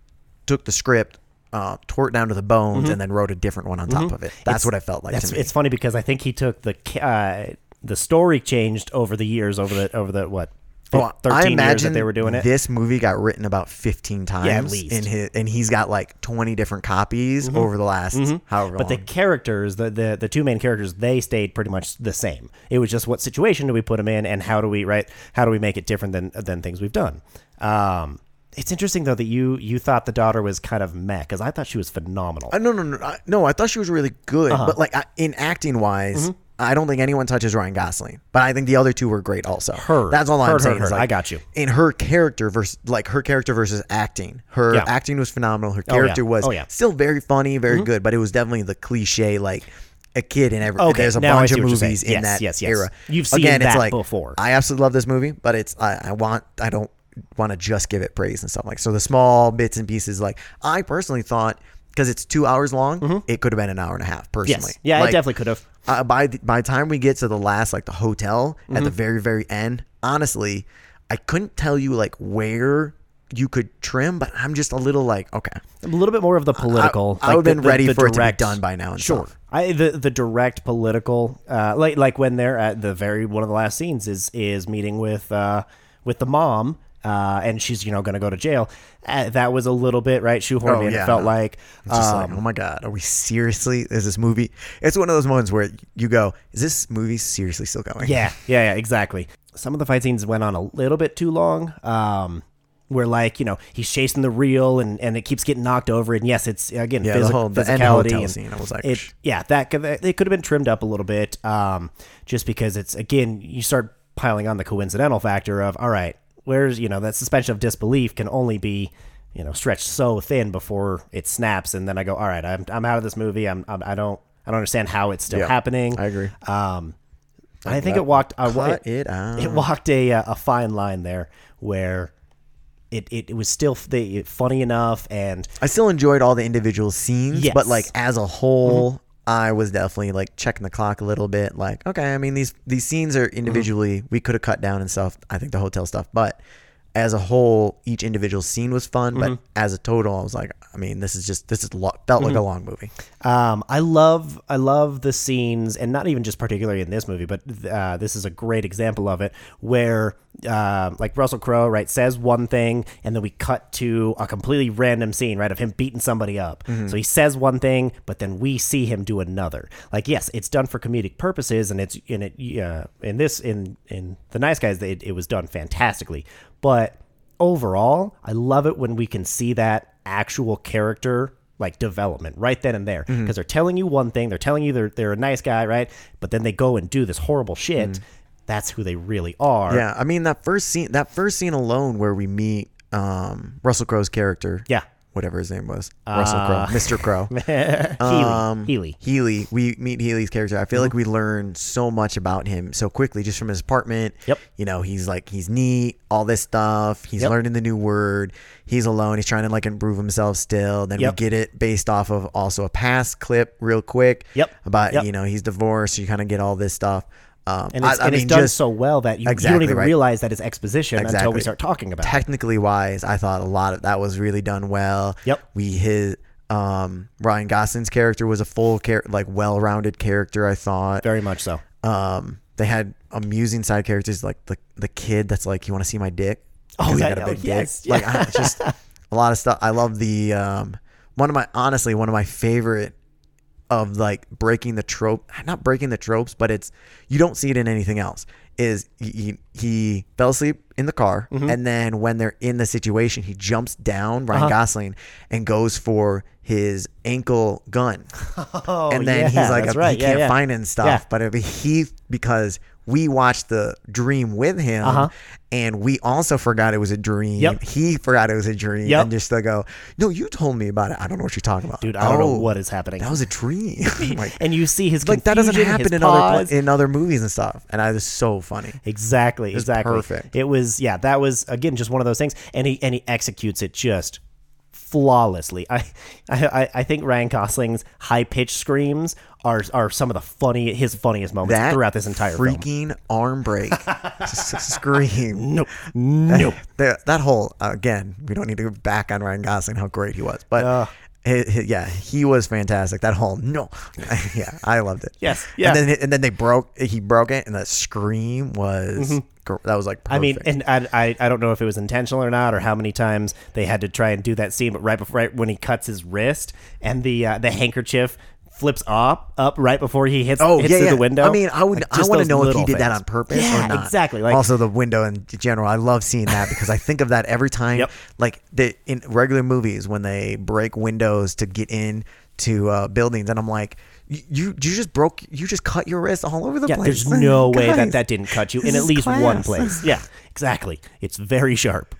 took the script, uh, tore it down to the bones, and then wrote a different one on top of it. That's Mm-hmm. It's- what it felt like That's, to me. it's funny because I think he took the ca- uh, the story changed over the years over the over the what fif- Well, I thirteen years that imagine they were doing it. This movie got written about fifteen times, at least. Mm-hmm. in his, and he's got like twenty different copies over the last however but the long. characters, the, the the two main characters, they stayed pretty much the same. It was just what situation do we put them in, and how do we right? How do we make it different than than things we've done? Um, it's interesting though that you you thought the daughter was kind of meh because I thought she was phenomenal. Uh, no, no, no, I- no. I thought she was really good, Uh-huh. but like I, in acting wise. Mm-hmm. I don't think anyone touches Ryan Gosling, but I think the other two were great also. Her. That's all Her, I'm her, saying. her. is, like, I got you. In her character versus like her character versus acting. Her Yeah. acting was phenomenal. Her character was Oh, yeah. Mm-hmm. still very funny, very good, but it was definitely the cliche like a kid in every Okay, there's a now I bunch see of what you're saying. movies in Yes, that yes, yes. era. You've seen Again, that it's like, before. I absolutely love this movie, but it's I, I want I don't want to just give it praise and stuff like so the small bits and pieces like I personally thought because it's two hours long, it could have been an hour and a half personally. Mm-hmm. yes, yeah, like, I definitely could have. Uh, by the, by the time we get to the last like the hotel at Mm-hmm. the very very end, honestly, I couldn't tell you like where you could trim, but I'm just a little like okay, a little bit more of the political. I would've the- been the- ready the for it to be done by now and sure. stuff. I the the direct political, uh, like like when they're at the very one of the last scenes is is meeting with uh, with the mom. Uh, and she's you know going to go to jail. Uh, that was a little bit right shoehorned Oh, in. yeah, it felt no. like, just um, like, oh my god, are we seriously? Is this movie? It's one of those moments where you go, is this movie seriously still going? yeah, yeah, yeah, exactly. Some of the fight scenes went on a little bit too long. Um, where like you know he's chasing the reel and and it keeps getting knocked over. And yes, it's again Yeah, the physical whole- the end physicality hotel and scene, I was like, it, yeah, that could, it could have been trimmed up a little bit, um, just because it's again you start piling on the coincidental factor of all right, where's you know that suspension of disbelief can only be you know stretched so thin before it snaps, and then I go all right, I'm I'm out of this movie. I'm, I'm I don't I don't understand how it's still Yeah, happening. I agree. Um, and I think it walked. I, wa- Cut it out. it walked a uh, a fine line there where. It, it, it was still f- they, funny enough and I still enjoyed all the individual scenes, Yes. but like as a whole, I was definitely like checking the clock a little bit. Like, okay, I mean these these scenes are individually we could have cut down and stuff. I think the hotel stuff, but as a whole, each individual scene was fun. But as a total, I was like, I mean, this is just this is lo- felt like a long movie. Um, I love I love the scenes, and not even just particularly in this movie, but uh, this is a great example of it where uh, like Russell Crowe right says one thing, and then we cut to a completely random scene right of him beating somebody up. So he says one thing, but then we see him do another. Like yes, it's done for comedic purposes, and it's in it uh, in this in in the Nice Guys it, it was done fantastically, but overall, I love it when we can see that actual character like development right then and there Mm-hmm. because they're telling you one thing, they're telling you they're they're a nice guy, right? But then they go and do this horrible shit. Mm-hmm. That's who they really are. Yeah, I mean that first scene, that first scene alone where we meet um, Russell Crowe's character. Yeah. whatever his name was, Russell Crowe, Mr. Crowe. Healy. Um, Healy. Mm-hmm. Healy. We meet Healy's character. I feel like we learn so much about him so quickly just from his apartment. Yep. You know, he's like he's neat, all this stuff. He's Yep. learning the new word. He's alone. He's trying to like improve himself still. Then Yep. we get it based off of also a past clip real quick. Yep. About Yep. you know, he's divorced, so you kind of get all this stuff. Um, And it's, I, I and it's mean, done just so well that you, you don't Exactly even right. realize that it's exposition until we Exactly. start talking about it. technically wise, I thought a lot of that was really done well. Yep. We hit um Ryan Gosling's character was a full char- like well-rounded character, I thought. Very much so. Um they had amusing side characters like the the kid that's like you want to see my dick? Oh, 'Cause yeah, I got a oh, big dick. yes, Like I, just a lot of stuff. I love the um one of my honestly one of my favorite of like breaking the trope, not breaking the tropes, but it's you don't see it in anything else. is he, he fell asleep in the car, Mm-hmm. and then when they're in the situation, he jumps down Ryan Uh-huh. Gosling and goes for his ankle gun, Oh, and then yeah, he's like, that's a, right. he Yeah, can't yeah. find it and stuff. Yeah. But it, he because we watched the dream with him, Uh-huh. and we also forgot it was a dream. Yep. He forgot it was a dream, Yep. and just to go, no, you told me about it. I don't know what you're talking about, Dude, I don't know Oh, what is happening. That was a dream. like, and you see his like that doesn't confusion, his happen in other pause. pla- in other movies and stuff. And I was so funny. Exactly. exactly. perfect. It was yeah. That was again just one of those things, and he and he executes it just flawlessly. I I I- I think Ryan Gosling's high pitched screams are are some of the funny his funniest moments That throughout this entire film. freaking arm break, S- s- scream. No, no. That, that whole again, we don't need to go back on Ryan Gosling how great he was, but. hi- hi- yeah, he was fantastic. That whole no, yeah, I loved it. Yes, yeah. And then and then they broke. He broke it, and the scream was gr- that was like perfect. Mm-hmm. I mean, and I, I I don't know if it was intentional or not, or how many times they had to try and do that scene. But right before, right when he cuts his wrist, and the uh, the handkerchief flips up up right before he hits Oh hits yeah, through yeah. the window. I mean, I would. Like, I just want those to know if he little did that things. on purpose Yeah, or not. Exactly. Like also the window in general. I love seeing that because I think of that every time. Yep. Like the in regular movies when they break windows to get in to uh, buildings, and I'm like, "Y- you you just broke, you just cut your wrist all over the Yeah, place. there's no way that Guys, that didn't cut you in this at is least one class. place. Yeah, exactly. It's very sharp.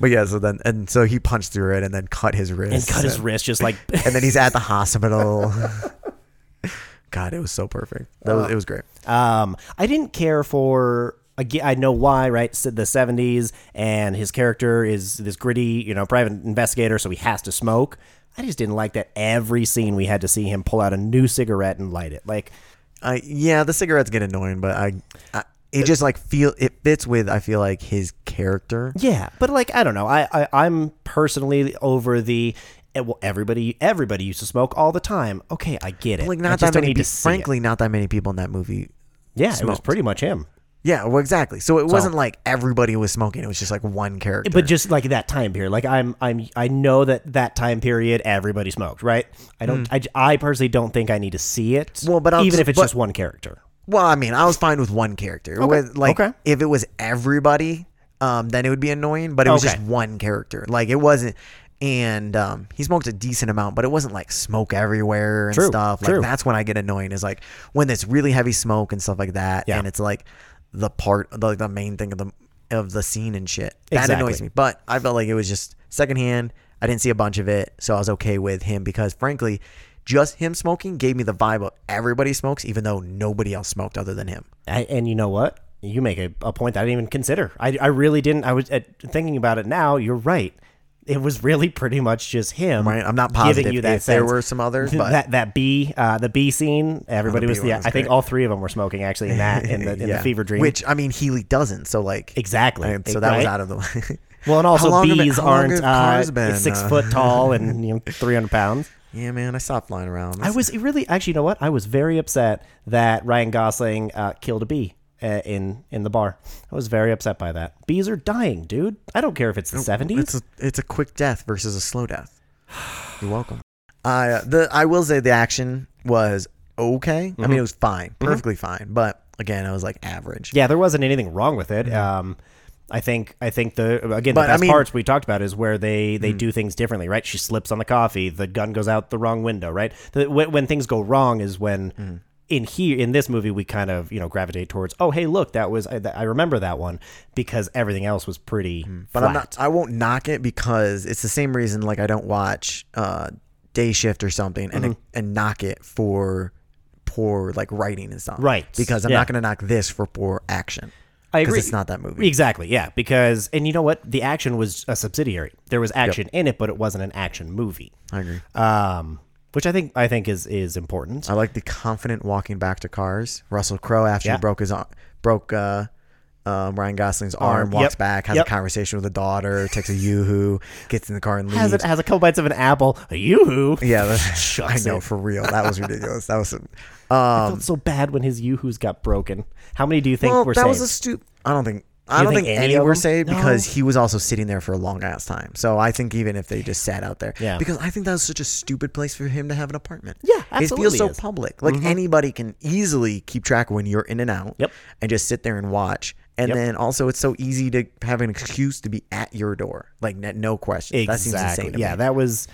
But yeah, so then and so he punched through it and then cut his wrist And cut his wrist just like and then he's at the hospital. God, it was so perfect. That Uh, was, it was great. um I didn't care for again I know why, right? So the 70s and his character is this gritty, you know, private investigator so he has to smoke. I just didn't like that every scene we had to see him pull out a new cigarette and light it. Like I yeah, the cigarettes get annoying, but I, I it just like feel it fits with I feel like his character. Yeah, but like I don't know. I, I I'm personally over the eh, well everybody everybody used to smoke all the time. Okay, I get it. Like I not just that don't many. need Pe- to see it. frankly, not that many people in that movie. Yeah, it was smoked. pretty much him. Yeah, well, exactly. So it wasn't like everybody was smoking. It was just like one character. But just like that time period, like I'm, I'm, I know that that time period everybody smoked, right? I don't, I j I I, personally don't think I need to see it. Mm. Well, but I'll even t- if it's but- just one character, well, I mean, I was fine with one character. With, like okay. if it was everybody, um, then it would be annoying. But it was Okay. just one character. Like it wasn't. And um, he smoked a decent amount, but it wasn't like smoke everywhere and True, stuff. Like true. that's when I get annoying. Is like when it's really heavy smoke and stuff like that, Yeah. and it's like the part, the, the main thing of the of the scene and shit. That annoys Exactly. me. But I felt like it was just secondhand. I didn't see a bunch of it, so I was okay with him because frankly, just him smoking gave me the vibe of everybody smokes, even though nobody else smoked other than him. I, and you know what? You make a, a point that I didn't even consider. I, I really didn't. I was uh thinking about it now. You're right. It was really pretty much just him. Right? I'm not Giving positive you that if there sense. were some others, but that that B uh, the B scene everybody B was one yeah was I think great. all three of them were smoking actually in that in the in yeah. the fever dream Which I mean, Healy doesn't. So like exactly and so that was Right? out of the way. well and also How long have it- bees how long aren't have cars uh, been, six uh, foot tall and you know three hundred pounds yeah, man, I stopped flying around. I was really actually you know what I was very upset that Ryan Gosling uh, killed a bee. Uh, in in the bar, I was very upset by that. Bees are dying, dude. I don't care if Oh, it's the It's seventies. a, it's a quick death versus a slow death. You're welcome. I uh, the I will say the action was okay. I mean, it was fine, perfectly fine. But again, I was like average. Mm-hmm. Yeah, there wasn't anything wrong with it. Um, I think I think the again Mm-hmm. the But, I best mean- Mm-hmm. parts we talked about is where they they do things differently, right? She slips on the coffee, the gun goes out the wrong window, right? The, when, when things go wrong is when Mm-hmm. in here in this movie we kind of you know gravitate towards oh hey look that was I, I remember that one because everything else was pretty Mm-hmm. but flat. I'm not. I won't knock it because it's the same reason. Like I don't watch uh, Day Shift or something and Mm-hmm. and knock it for poor like writing and stuff. Right. Because I'm Yeah. not going to knock this for poor action. I 'Cause agree. it's not that movie. Exactly, yeah. Because and you know what, the action was a subsidiary. There was action in it, but it wasn't an action movie. I agree. Um, which I think I think is is important. I like the confident walking back to cars. Russell Crowe after Yeah. he broke his ar- broke uh, um, Ryan Gosling's arm, Arm, walks yep, back, has yep. a conversation with a daughter, takes a yoo-hoo, gets in the car and leaves. has it has a couple bites of an apple. Yoo-hoo. yeah, that- I Shucks know it. for real. That was ridiculous. That was some, um, I felt so bad when his yoo-hoos got broken. How many do you think well, were Oh, that was saved? a stupid. I don't think I don't think, think any any of were them? saved No. because he was also sitting there for a long ass time. So I think even if they just sat out there, Yeah. because I think that was such a stupid place for him to have an apartment. Yeah, It feels absolutely so is. Mm-hmm. public. Like anybody can easily keep track when you're in and out. Yep. And just sit there and watch. And Yep. then also, it's so easy to have an excuse to be at your door, like n- no question. Exactly. That seems insane. To yeah, me. that was.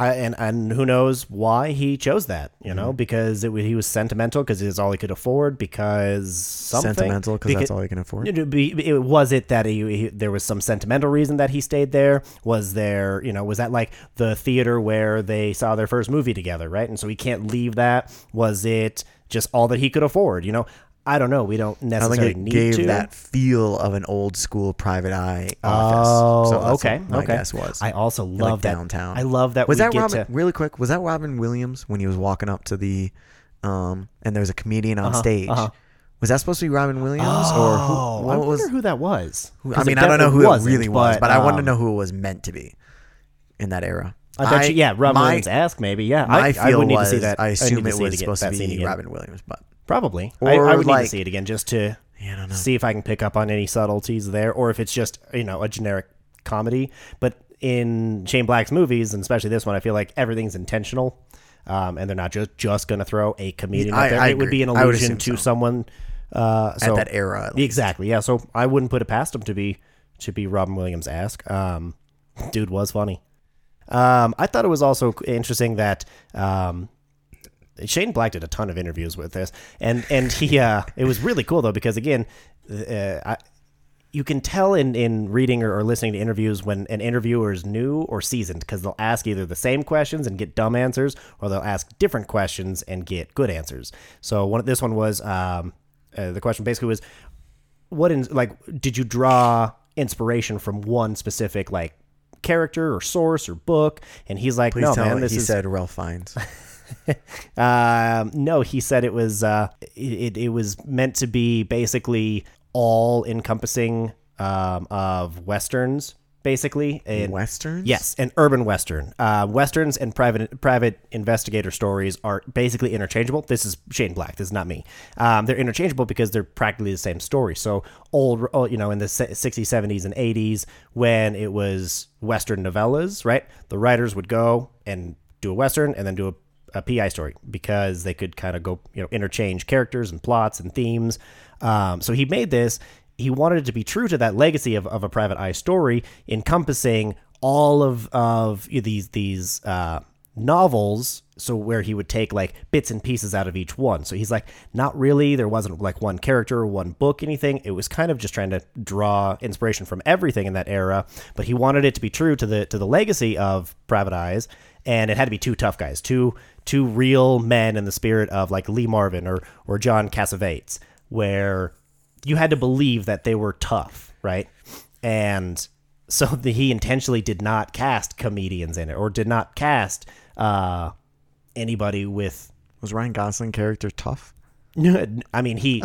I, and and who knows why he chose that? You Mm-hmm. know, because it wa- he was sentimental because it's all he could afford because something sentimental because that's all you can afford. You know, be- be- it- was it that he, he- there was some sentimental reason that he stayed there? Was there, you know, was that like the theater where they saw their first movie together, right? And so he can't leave that. Was it just all that he could afford? You know, I don't know. We don't I think necessarily it need gave to. that feel of an old school private eye office. Oh, so that's okay, what My okay. guess was I also love that downtown. I love that. was we that get to- Robin? really quick, was that Robin Williams when he was walking up to the, um, and there was a comedian on stage? uh-huh. Was that supposed to be Robin Williams or Oh, who? I What wonder was? who that was. I 'Cause mean, it I don't know definitely who it wasn't, really was, but I want to um, know who it was meant to be, in that era. I bet you, yeah, Robin my, Williams ask maybe. Yeah, My I, feel I would was need to see that. I would need assume to it see was get supposed that to scene be again. Robin Williams, but Probably. Or, I, I would need like- to see it again just to yeah, I don't know. see if I can pick up on any subtleties there, or if it's just you know a generic comedy. But in Shane Black's movies, and especially this one, I feel like everything's intentional, um, and they're not just just going to throw a comedian I- out there. I it would be an agree. I would allusion assume to someone. Uh, so that era, at least. exactly. Yeah. So I wouldn't put it past him to be to be Robin Williams. Ask, um, dude was funny. Um, I thought it was also interesting that um, Shane Black did a ton of interviews with this, and and he uh, it was really cool though because again, uh, I, you can tell in in reading or, or listening to interviews when an interviewer is new or seasoned because they'll ask either the same questions and get dumb answers, or they'll ask different questions and get good answers. So one this one was um, uh, the question basically was, what in like did you draw inspiration from one specific like character or source or book? And he's like, Please no tell man, me this he is said Ralph Fiennes. um, no, he said it was uh, it, it was meant to be basically all encompassing um, of westerns, basically. And, Westerns. Yes, an urban western. Uh, westerns and private private investigator stories are basically interchangeable. This is Shane Black. This is not me. Um, they're interchangeable because they're practically the same story. So old, oh, you know, in the se- 60s, 70s, and 80s, when it was western novellas, right? The writers would go and do a western and then do a a PI story because they could kind of go, you know, interchange characters and plots and themes. Um, so he made this. He wanted it to be true to that legacy of, of a private eye story, encompassing all of of these these uh, novels. So where he would take like bits and pieces out of each one. So he's like, not really. There wasn't like one character, one book, anything. It was kind of just trying to draw inspiration from everything in that era. But he wanted it to be true to the to the legacy of Private Eyes and it had to be two tough guys, two two real men in the spirit of like Lee Marvin or or John Cassavetes, where you had to believe that they were tough, right? And so the, he intentionally did not cast comedians in it, or did not cast uh, anybody with. Was Ryan Gosling character tough? I mean, he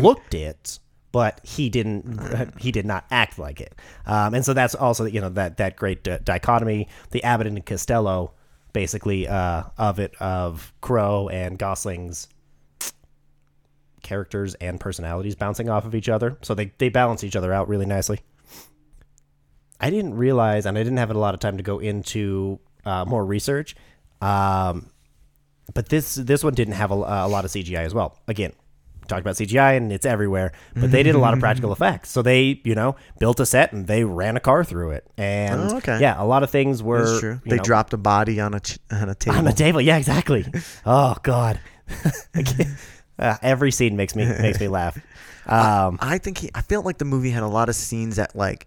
looked it, but he didn't. uh, He did not act like it, um, and so that's also you know that that great uh, dichotomy, the Abbott and Costello, basically uh, of it of Crow and Gosling's characters and personalities bouncing off of each other, so they they balance each other out really nicely. I didn't realize, and I didn't have a lot of time to go into uh, more research. Um, but this this one didn't have a, a lot of CGI as well. Again, talked about CGI and it's everywhere, but they did a lot of practical effects. So they, you know, built a set and they ran a car through it, and Oh, okay. yeah, a lot of things were That's true. Er, you They know, dropped a body on a ch- on a table. on the table. Yeah, exactly. oh God, I can't- uh, every scene makes me makes me laugh. Um, I think he, I felt like the movie had a lot of scenes that like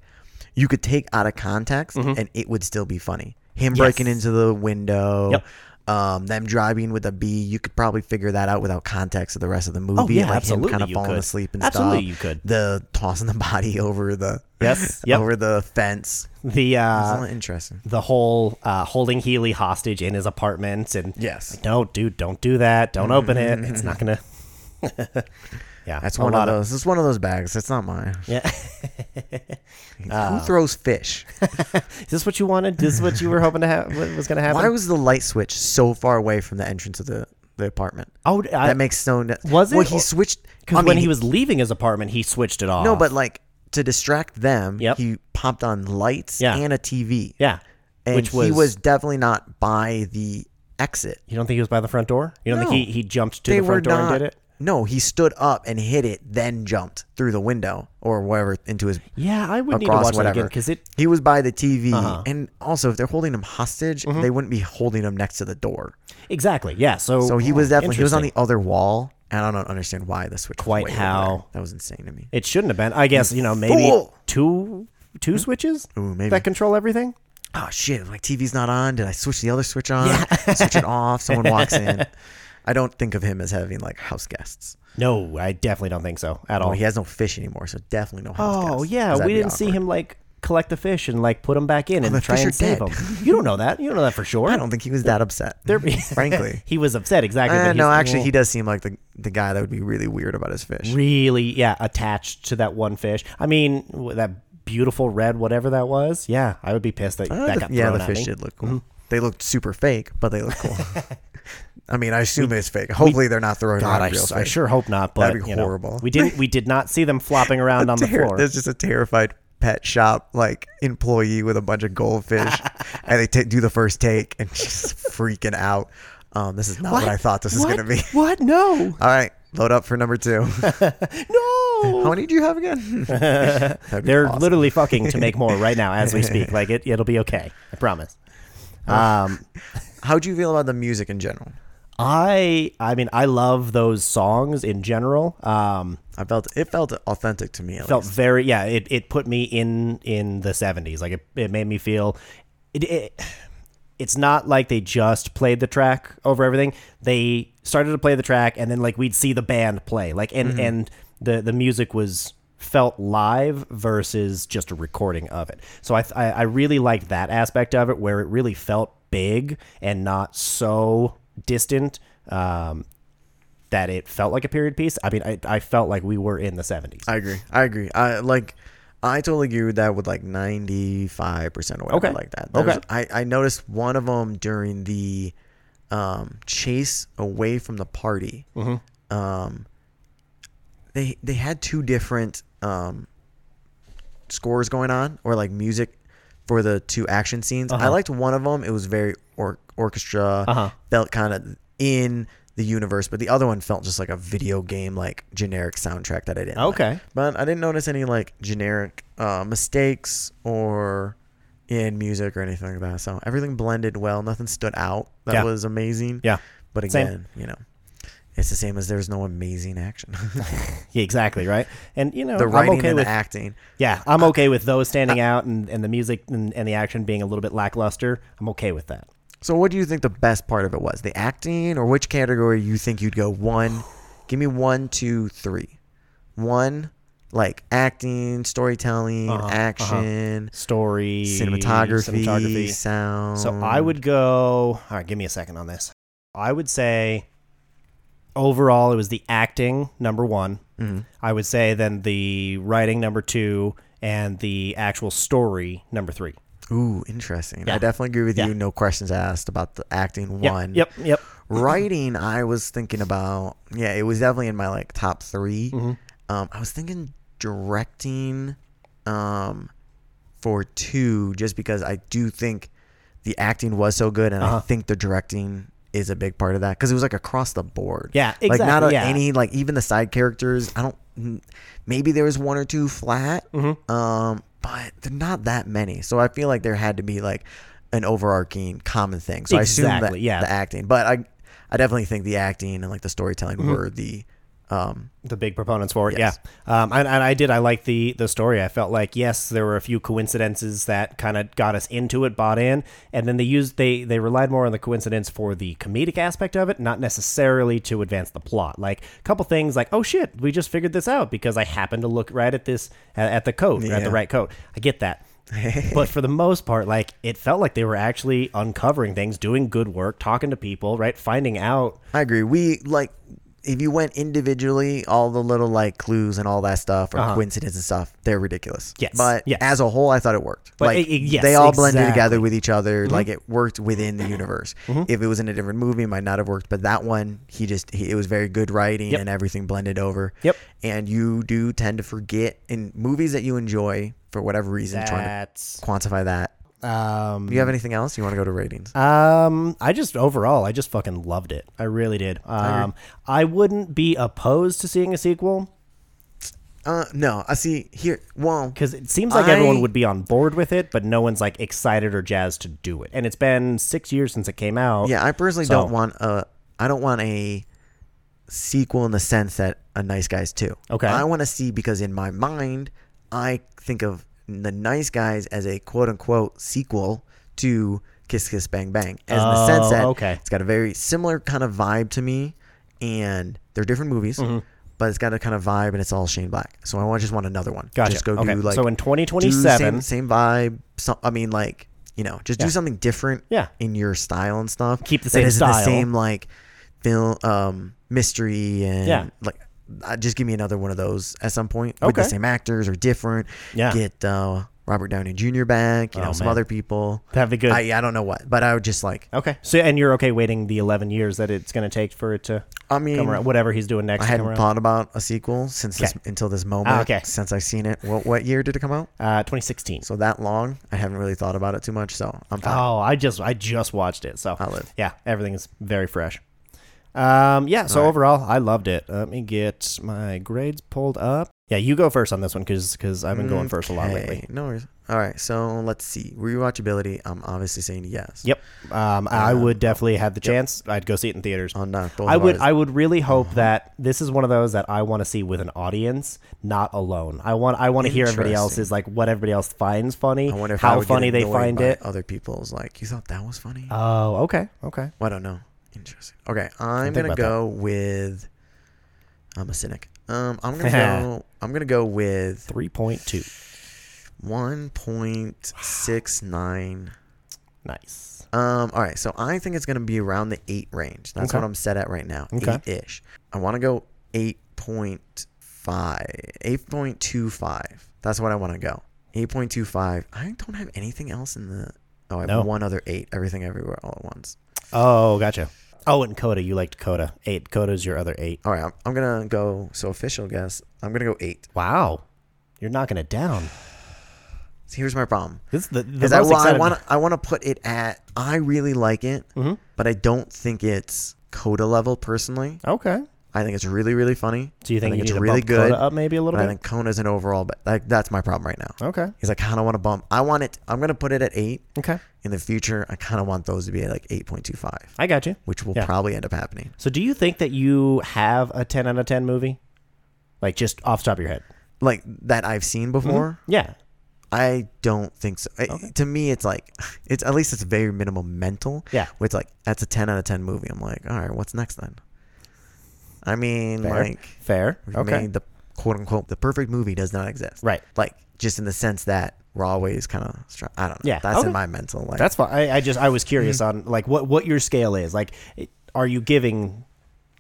you could take out of context Mm-hmm. and it would still be funny. Him breaking into the window, Yep. um, them driving with a bee. You could probably figure that out without context of the rest of the movie. Oh, yeah, and, like absolutely Him kind of you falling could. asleep and Absolutely stuff. you could. The tossing the body over the Yes, yep. over the fence. the It's uh, all interesting. the whole uh, holding Healy hostage in his apartment and Yes. like, no, dude, don't do that. Don't open it. It's not gonna. yeah, That's a one of lot those. It's one of those bags. It's not mine. Uh, Yeah, Who throws fish? is this what you wanted? This is what you were hoping to have? What was gonna happen? Why was the light switch so far away from the entrance of the, the apartment? oh, I, that makes no. ne- Was Well, it? he switched. because I when mean, he was leaving his apartment, he switched it off. No, but like to distract them, Yep. he popped on lights Yeah. and a TV. Yeah. and Which he was- was definitely not by the exit. You don't think he was by the front door? You don't No. think he, he jumped to they the were front door not. and did it? No, he stood up and hit it, then jumped through the window or wherever into his. Yeah, I would need to Across watch that again whatever. because it. He was by the TV, Uh-huh. Mm-hmm. and also if they're holding him hostage, they wouldn't be holding him next to the door. Exactly. Yeah. So So he was oh, definitely he was on interesting. the other wall, and I don't understand why the switch. was Quite way over how- there. that was insane to me. It shouldn't have been. I guess you know maybe fool. Hmm? two two switches Ooh, maybe. that control everything. oh shit, my TV's not on. Did I switch the other switch on? switch it off. Someone walks in. I don't think of him as having like house guests. No, I definitely don't think so at all. Well, he has no fish anymore, so definitely no house guests. Oh 'cause yeah, that'd we be didn't see awkward. Oh, him like collect the fish and like put them back in the and try fish and are save dead. them. You don't know that. You don't know that for sure. I don't think he was that upset. frankly. he was upset exactly. Eh, but no, he's- actually, he does seem like the the guy that would be really weird about his fish. really yeah attached to that one fish. I mean w- that beautiful red whatever that was. Yeah, I would be pissed that Uh, that the- got yeah, thrown the at fish me. Mm-hmm. did look cool. They looked super fake, but they look cool. I mean, I assume it's fake. Hopefully, they're not throwing God, around I, real s- I fish. sure hope not. But That'd be you know, horrible. we didn't. We did not see them flopping around on the Ter- floor. There's just a terrified pet shop like employee with a bunch of goldfish, and they ta do the first take and she's freaking out. Um, this is not what, I thought this was What? gonna be. What? No, All right, load up for number two. How no. many do you have again? That'd be They're awesome. literally fucking to make more right now as we speak. Like it, it'll be okay. I promise. Um, How do you feel about the music in general? I, I mean, I love those songs in general. Um, I felt it felt authentic to me. At felt least. very yeah it, it put me in in the 70s like it, it made me feel it, it it's not like they just played the track over everything they started to play the track and then like we'd see the band play like and and the the music was felt live versus just a recording of it so I, I i really liked that aspect of it where it really felt big and not so distant um that it felt like a period piece. I mean, I, I felt like we were in the 70s. I agree. I agree. I like. I totally agree with that. With like ninety five percent or whatever Okay. like that. Okay. There's- I I noticed one of them during the um, chase away from the party. Mm-hmm. Um, they they had two different um, scores going on or like music for the two action scenes. I liked one of them. It was very or- orchestra. Uh-huh. Felt kind of in the universe, but the other one felt just like a video game like generic soundtrack that I didn't. like. Okay. But I didn't notice any like generic uh, mistakes or in music or anything like that. So everything blended well. Nothing stood out. That Yeah. was amazing. Yeah. But Same. again, you know, it's the same as there's no amazing action. Yeah, exactly, right? And you know, the writing I'm okay and with the Uh, acting. Yeah, I'm okay with those standing out and, and the music and, and the action being a little bit lackluster. I'm okay with that. So what do you think the best part of it was? The acting or which category you think you'd go one? Give me one, two, three. One, like acting, storytelling, Uh-huh, action, Story cinematography, mm. cinematography. sound. So I would go all right, give me a second on this. I would say overall it was the acting number one. Mm-hmm. I would say then the writing number two and the actual story number three. Ooh, interesting. Yeah. I definitely agree with Yeah. you. No questions asked about the acting Yep, one. Yep, yep. Writing, I was thinking about. Yeah, it was definitely in my like top 3 Mm-hmm. Um, I was thinking directing, um, for two, just because I do think the acting was so good, and Uh-huh. I think the directing is a big part of that because it was like across the board. Yeah, Like not exactly, a- yeah. any like even the side characters. I don't. Maybe there was one or two flat. Mm-hmm. Um, but they're not that many. So I feel like there had to be like an overarching common thing. So I assume Exactly, that yeah. the acting, but I, I definitely think the acting and like the storytelling Mm-hmm. were the, um, the big proponents for it. Yes. Yeah, um, and, and I did. I like the the story. I felt like yes, there were a few coincidences that kind of got us into it, bought in, and then they used they they relied more on the coincidence for the comedic aspect of it, not necessarily to advance the plot. Like a couple things, like oh shit, we just figured this out because I happened to look right at this at, at the coat at Yeah. the right coat. I get that. but for the most part, like it felt like they were actually uncovering things, doing good work, talking to people, right, finding out I agree. We like if you went individually, all the little like clues and all that stuff or Uh-huh. coincidence and stuff, they're ridiculous. Yes, But yes. as a whole, I thought it worked. But like it- it- yes, they all blended together exactly. Mm-hmm. with each other. Like it worked within the universe. If it was in a different movie, it might not have worked. But that one, he just he, it was very good writing Yep. and everything blended over. Yep. And you do tend to forget in movies that you enjoy for whatever reason trying That's to quantify that. um. Do you have anything else? You want to go to ratings? Um, I just overall, I just fucking loved it. I really did. Um, I wouldn't be opposed to seeing a sequel Uh, no. I see here. Well, because it seems like I- everyone would be on board with it, but no one's like excited or jazzed to do it. And it's been six years since it came out. Yeah, I personally So- don't want a. I don't want a sequel in the sense that a Nice Guys two. Okay. I want to see because in my mind, I think of the Nice Guys as a quote unquote sequel to Kiss Kiss Bang Bang, as in the sense Oh, that okay. it's got a very similar kind of vibe to me, and they're different movies. Mm-hmm. But it's got a kind of vibe, and it's all Shane Black. So I want, just want another one. Gotcha. Just go Okay. do like So in do 2027 same, same vibe. So, I mean, like you know, just do something different. Yeah. in your style and stuff. Keep the that same isn't style. The same like film, um, mystery and Yeah. like. Uh, just give me another one of those at some point with the Okay. same actors or different. Yeah. Get uh, Robert Downey Jr. back. You Oh, know some man. other people. That'd be good. I, I don't know what, but I would just like. okay. So and you're okay waiting the 11 years that it's going to take for it to I mean, come around, whatever he's doing next. to I come hadn't around. thought about a sequel since this, until this moment. Ah, okay. Since I've seen it, what what year did it come out? uh, 2016. So that long, I haven't really thought about it too much. So I'm fine. Oh, I just I just watched it. So I'll live. yeah, everything is very fresh. Um, yeah. So All right. overall, I loved it. Let me get my grades pulled up. Yeah, you go first on this one because I've been going first a lot Okay, lately. No worries. All right, so let's see. Rewatchability, I'm obviously saying yes. Yep. Um, I would definitely have the chance. I'd go see it in theaters. On Uh-huh. uh, both I of would. ours. I would really hope that this is one of those that I want to see with an audience, not alone. I want. I want to hear everybody Interesting. else's like what everybody else finds funny. I wonder if I how would get funny they annoyed find by it. Other people's like, you thought that was funny? Oh, okay, okay. well, I don't know. Interesting. Okay, I'm think gonna about go with. I'm a cynic. Um, I'm gonna go. I'm gonna go with Three point two. one point six nine. Nice. Um, all right, so I think it's gonna be around the eight range. That's Okay. what I'm set at right now. Okay. Eight ish. I want to go eight point five, eight point two five. That's what I want to go. Eight point two five. I don't have anything else in the. Oh, I have No. one other eight. Everything, everywhere, all at once. Oh, gotcha. Oh, and Coda, you liked Coda. Eight. Coda's your other eight. All right, I'm, I'm gonna go. So official guess. I'm gonna go eight. Wow. You're knocking it down. So here's my problem. This is the, the Is most I, well, I excited- Mm-hmm. want to I want to put it at. I really like it, but I don't think it's Coda level personally. Okay. I think it's really really funny. Do you I think, you it's need to really bump good? Coda up maybe a little But I bit? think Kona's an overall, but like that's my problem right now. Okay. Is I kind of want to bump. I want it. I'm gonna put it at eight Okay. in the future. I kind of want those to be at like eight point two five, I got you. which will Yeah. probably end up happening. So, do you think that you have a ten out of ten movie, like just off the top of your head? Like that I've seen Mm-hmm. before. Yeah. I don't think so. I- to me, it's like it's at least it's very minimal mental. Yeah. where it's like that's a ten out of ten movie. I'm like, all right, what's next then? I mean, Fair. like Fair. we've Okay. made the quote unquote the perfect movie does not exist. Right. Like just in the sense that we're always kind of str- I don't know. Yeah, That's okay. in my mental. Like That's fine. I, I just I was curious Mm-hmm. on like what what your scale is. Like, it- are you giving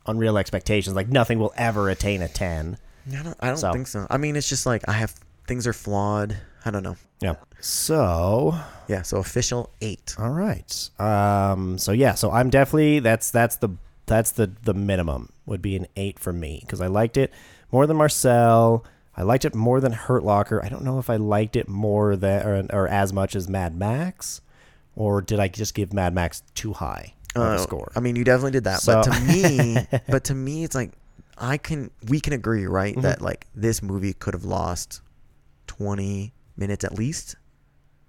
unreal expectations? Like nothing will ever attain a ten. I don't, I don't So- think so. I mean, it's just like I have things are flawed. I don't know. Yeah. So Yeah, so official eight. All right. Um, so yeah, so I'm definitely that's that's the that's the the minimum would be an eight for me because I liked it more than Marcel. I liked it more than Hurt Locker. I don't know if I liked it more than or, or as much as Mad Max, or did I just give Mad Max too high of Uh, a score? I mean, you definitely did that. But So- to me, but to me, it's like I can we can agree, right? Mm-hmm. That like this movie could have lost twenty minutes at least.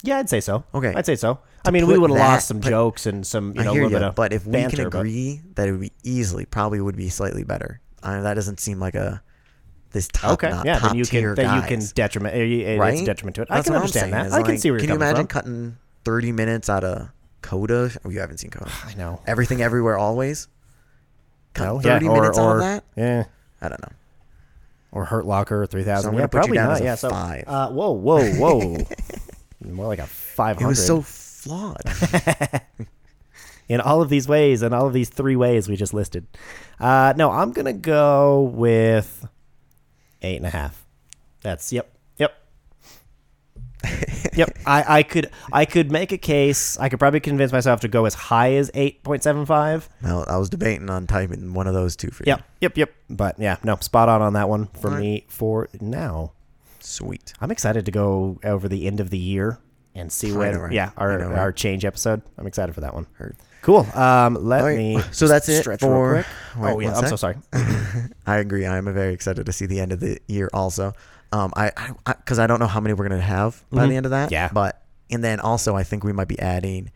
yeah, I'd say so. Okay. I'd say so. I mean, we put would have that- lost some put- jokes and some you know a I hear little you, bit of but if we banter, can but- agree that it would be easily, probably would be slightly better. I, that doesn't seem like a this top Okay, not, yeah, top then you tier can then you can guys, detriment it- it's right? detriment to it. I That's can what I'm understand saying, that. is, I can like, see where you're Can you coming imagine from. cutting thirty minutes out of Coda? Oh, you haven't seen Coda. I know. Everything Everywhere Always. Cut No, yeah, thirty minutes out of that. Yeah. I don't know. or Hurt Locker 3000. So I'm yeah, gonna put you probably down not. as a yeah, so five. Uh, whoa, whoa, whoa. More like a 500. It was so flawed. in all of these ways, in all of these three ways we just listed. Uh, no, I'm gonna go with eight and a half. That's yep, yep, yep. I, I could I could make a case. I could probably convince myself to go as high as eight point seven five. Well, I was debating on typing one of those two for you. Yep, yep, yep. But yeah, no, spot on on that one for Alright. me for now. Sweet. I'm excited to go over the end of the year and see I what know, right? yeah I our know, right? our change episode. I'm excited for that one. Heard. Cool. Um, let All right. me. So that's it stretch real for. quick. Wait, oh yeah, one I'm sec. so sorry. I agree. I am very excited to see the end of the year also. Um, I, I, because I, don't know how many we're gonna have by Mhm. the end of that. Yeah. But and then also I think we might be adding,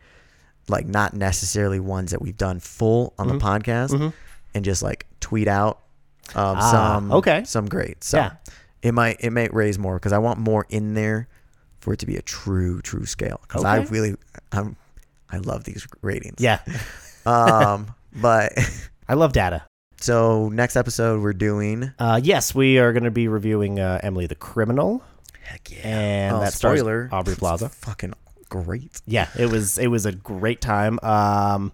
like not necessarily ones that we've done full on Mm-hmm. the podcast, and just like tweet out, um, Ah, some okay. some great. So Yeah. it might it might raise more because I want more in there for it to be a true true scale because I Okay. really I'm I love these ratings. Yeah, Um, but I love data. so next episode we're doing. Uh, yes, we are going to be reviewing uh, Emily the Criminal, Heck yeah. and Oh, that spoiler. stars Aubrey Plaza. Fucking great. Yeah, it was it was a great time. Um,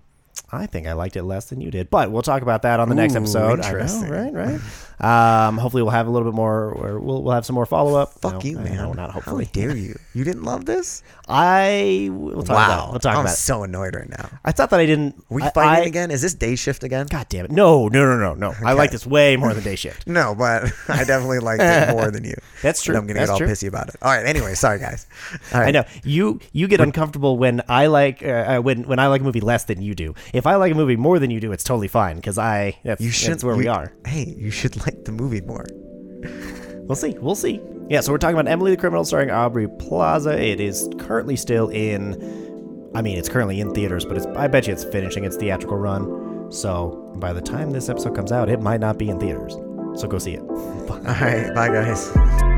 I think I liked it less than you did, but we'll talk about that on the next Ooh, episode. I know, interesting. right, right. Um, hopefully, we'll have a little bit more. Or we'll we'll have some more follow up. Fuck you, man. No, not hopefully. How dare you? You didn't love this? I we'll talk about. It. We'll talk I'm about. It. so annoyed right now. Are Oh, I thought that I didn't. we I- fighting I- again? Is this day shift again? God damn it! No, no, no, no, no. I like this way more than day shift. No, but I definitely liked it more than you. That's true. And I'm gonna That's get all true. pissy about it. All right. Anyway, sorry guys. All right. I know you. You get uncomfortable when I like uh, uh, when when I like a movie less than you do. If I like a movie more than you do, it's totally fine because I. That's, You that's shouldn't. where we you- are. Hey, you should like the movie more. We'll see. We'll see. Yeah. So we're talking about Emily the Criminal, starring Aubrey Plaza. It is currently still in. I mean, it's currently in theaters, but it's. I bet you it's finishing its theatrical run. So by the time this episode comes out, it might not be in theaters. So go see it. All right. Bye guys.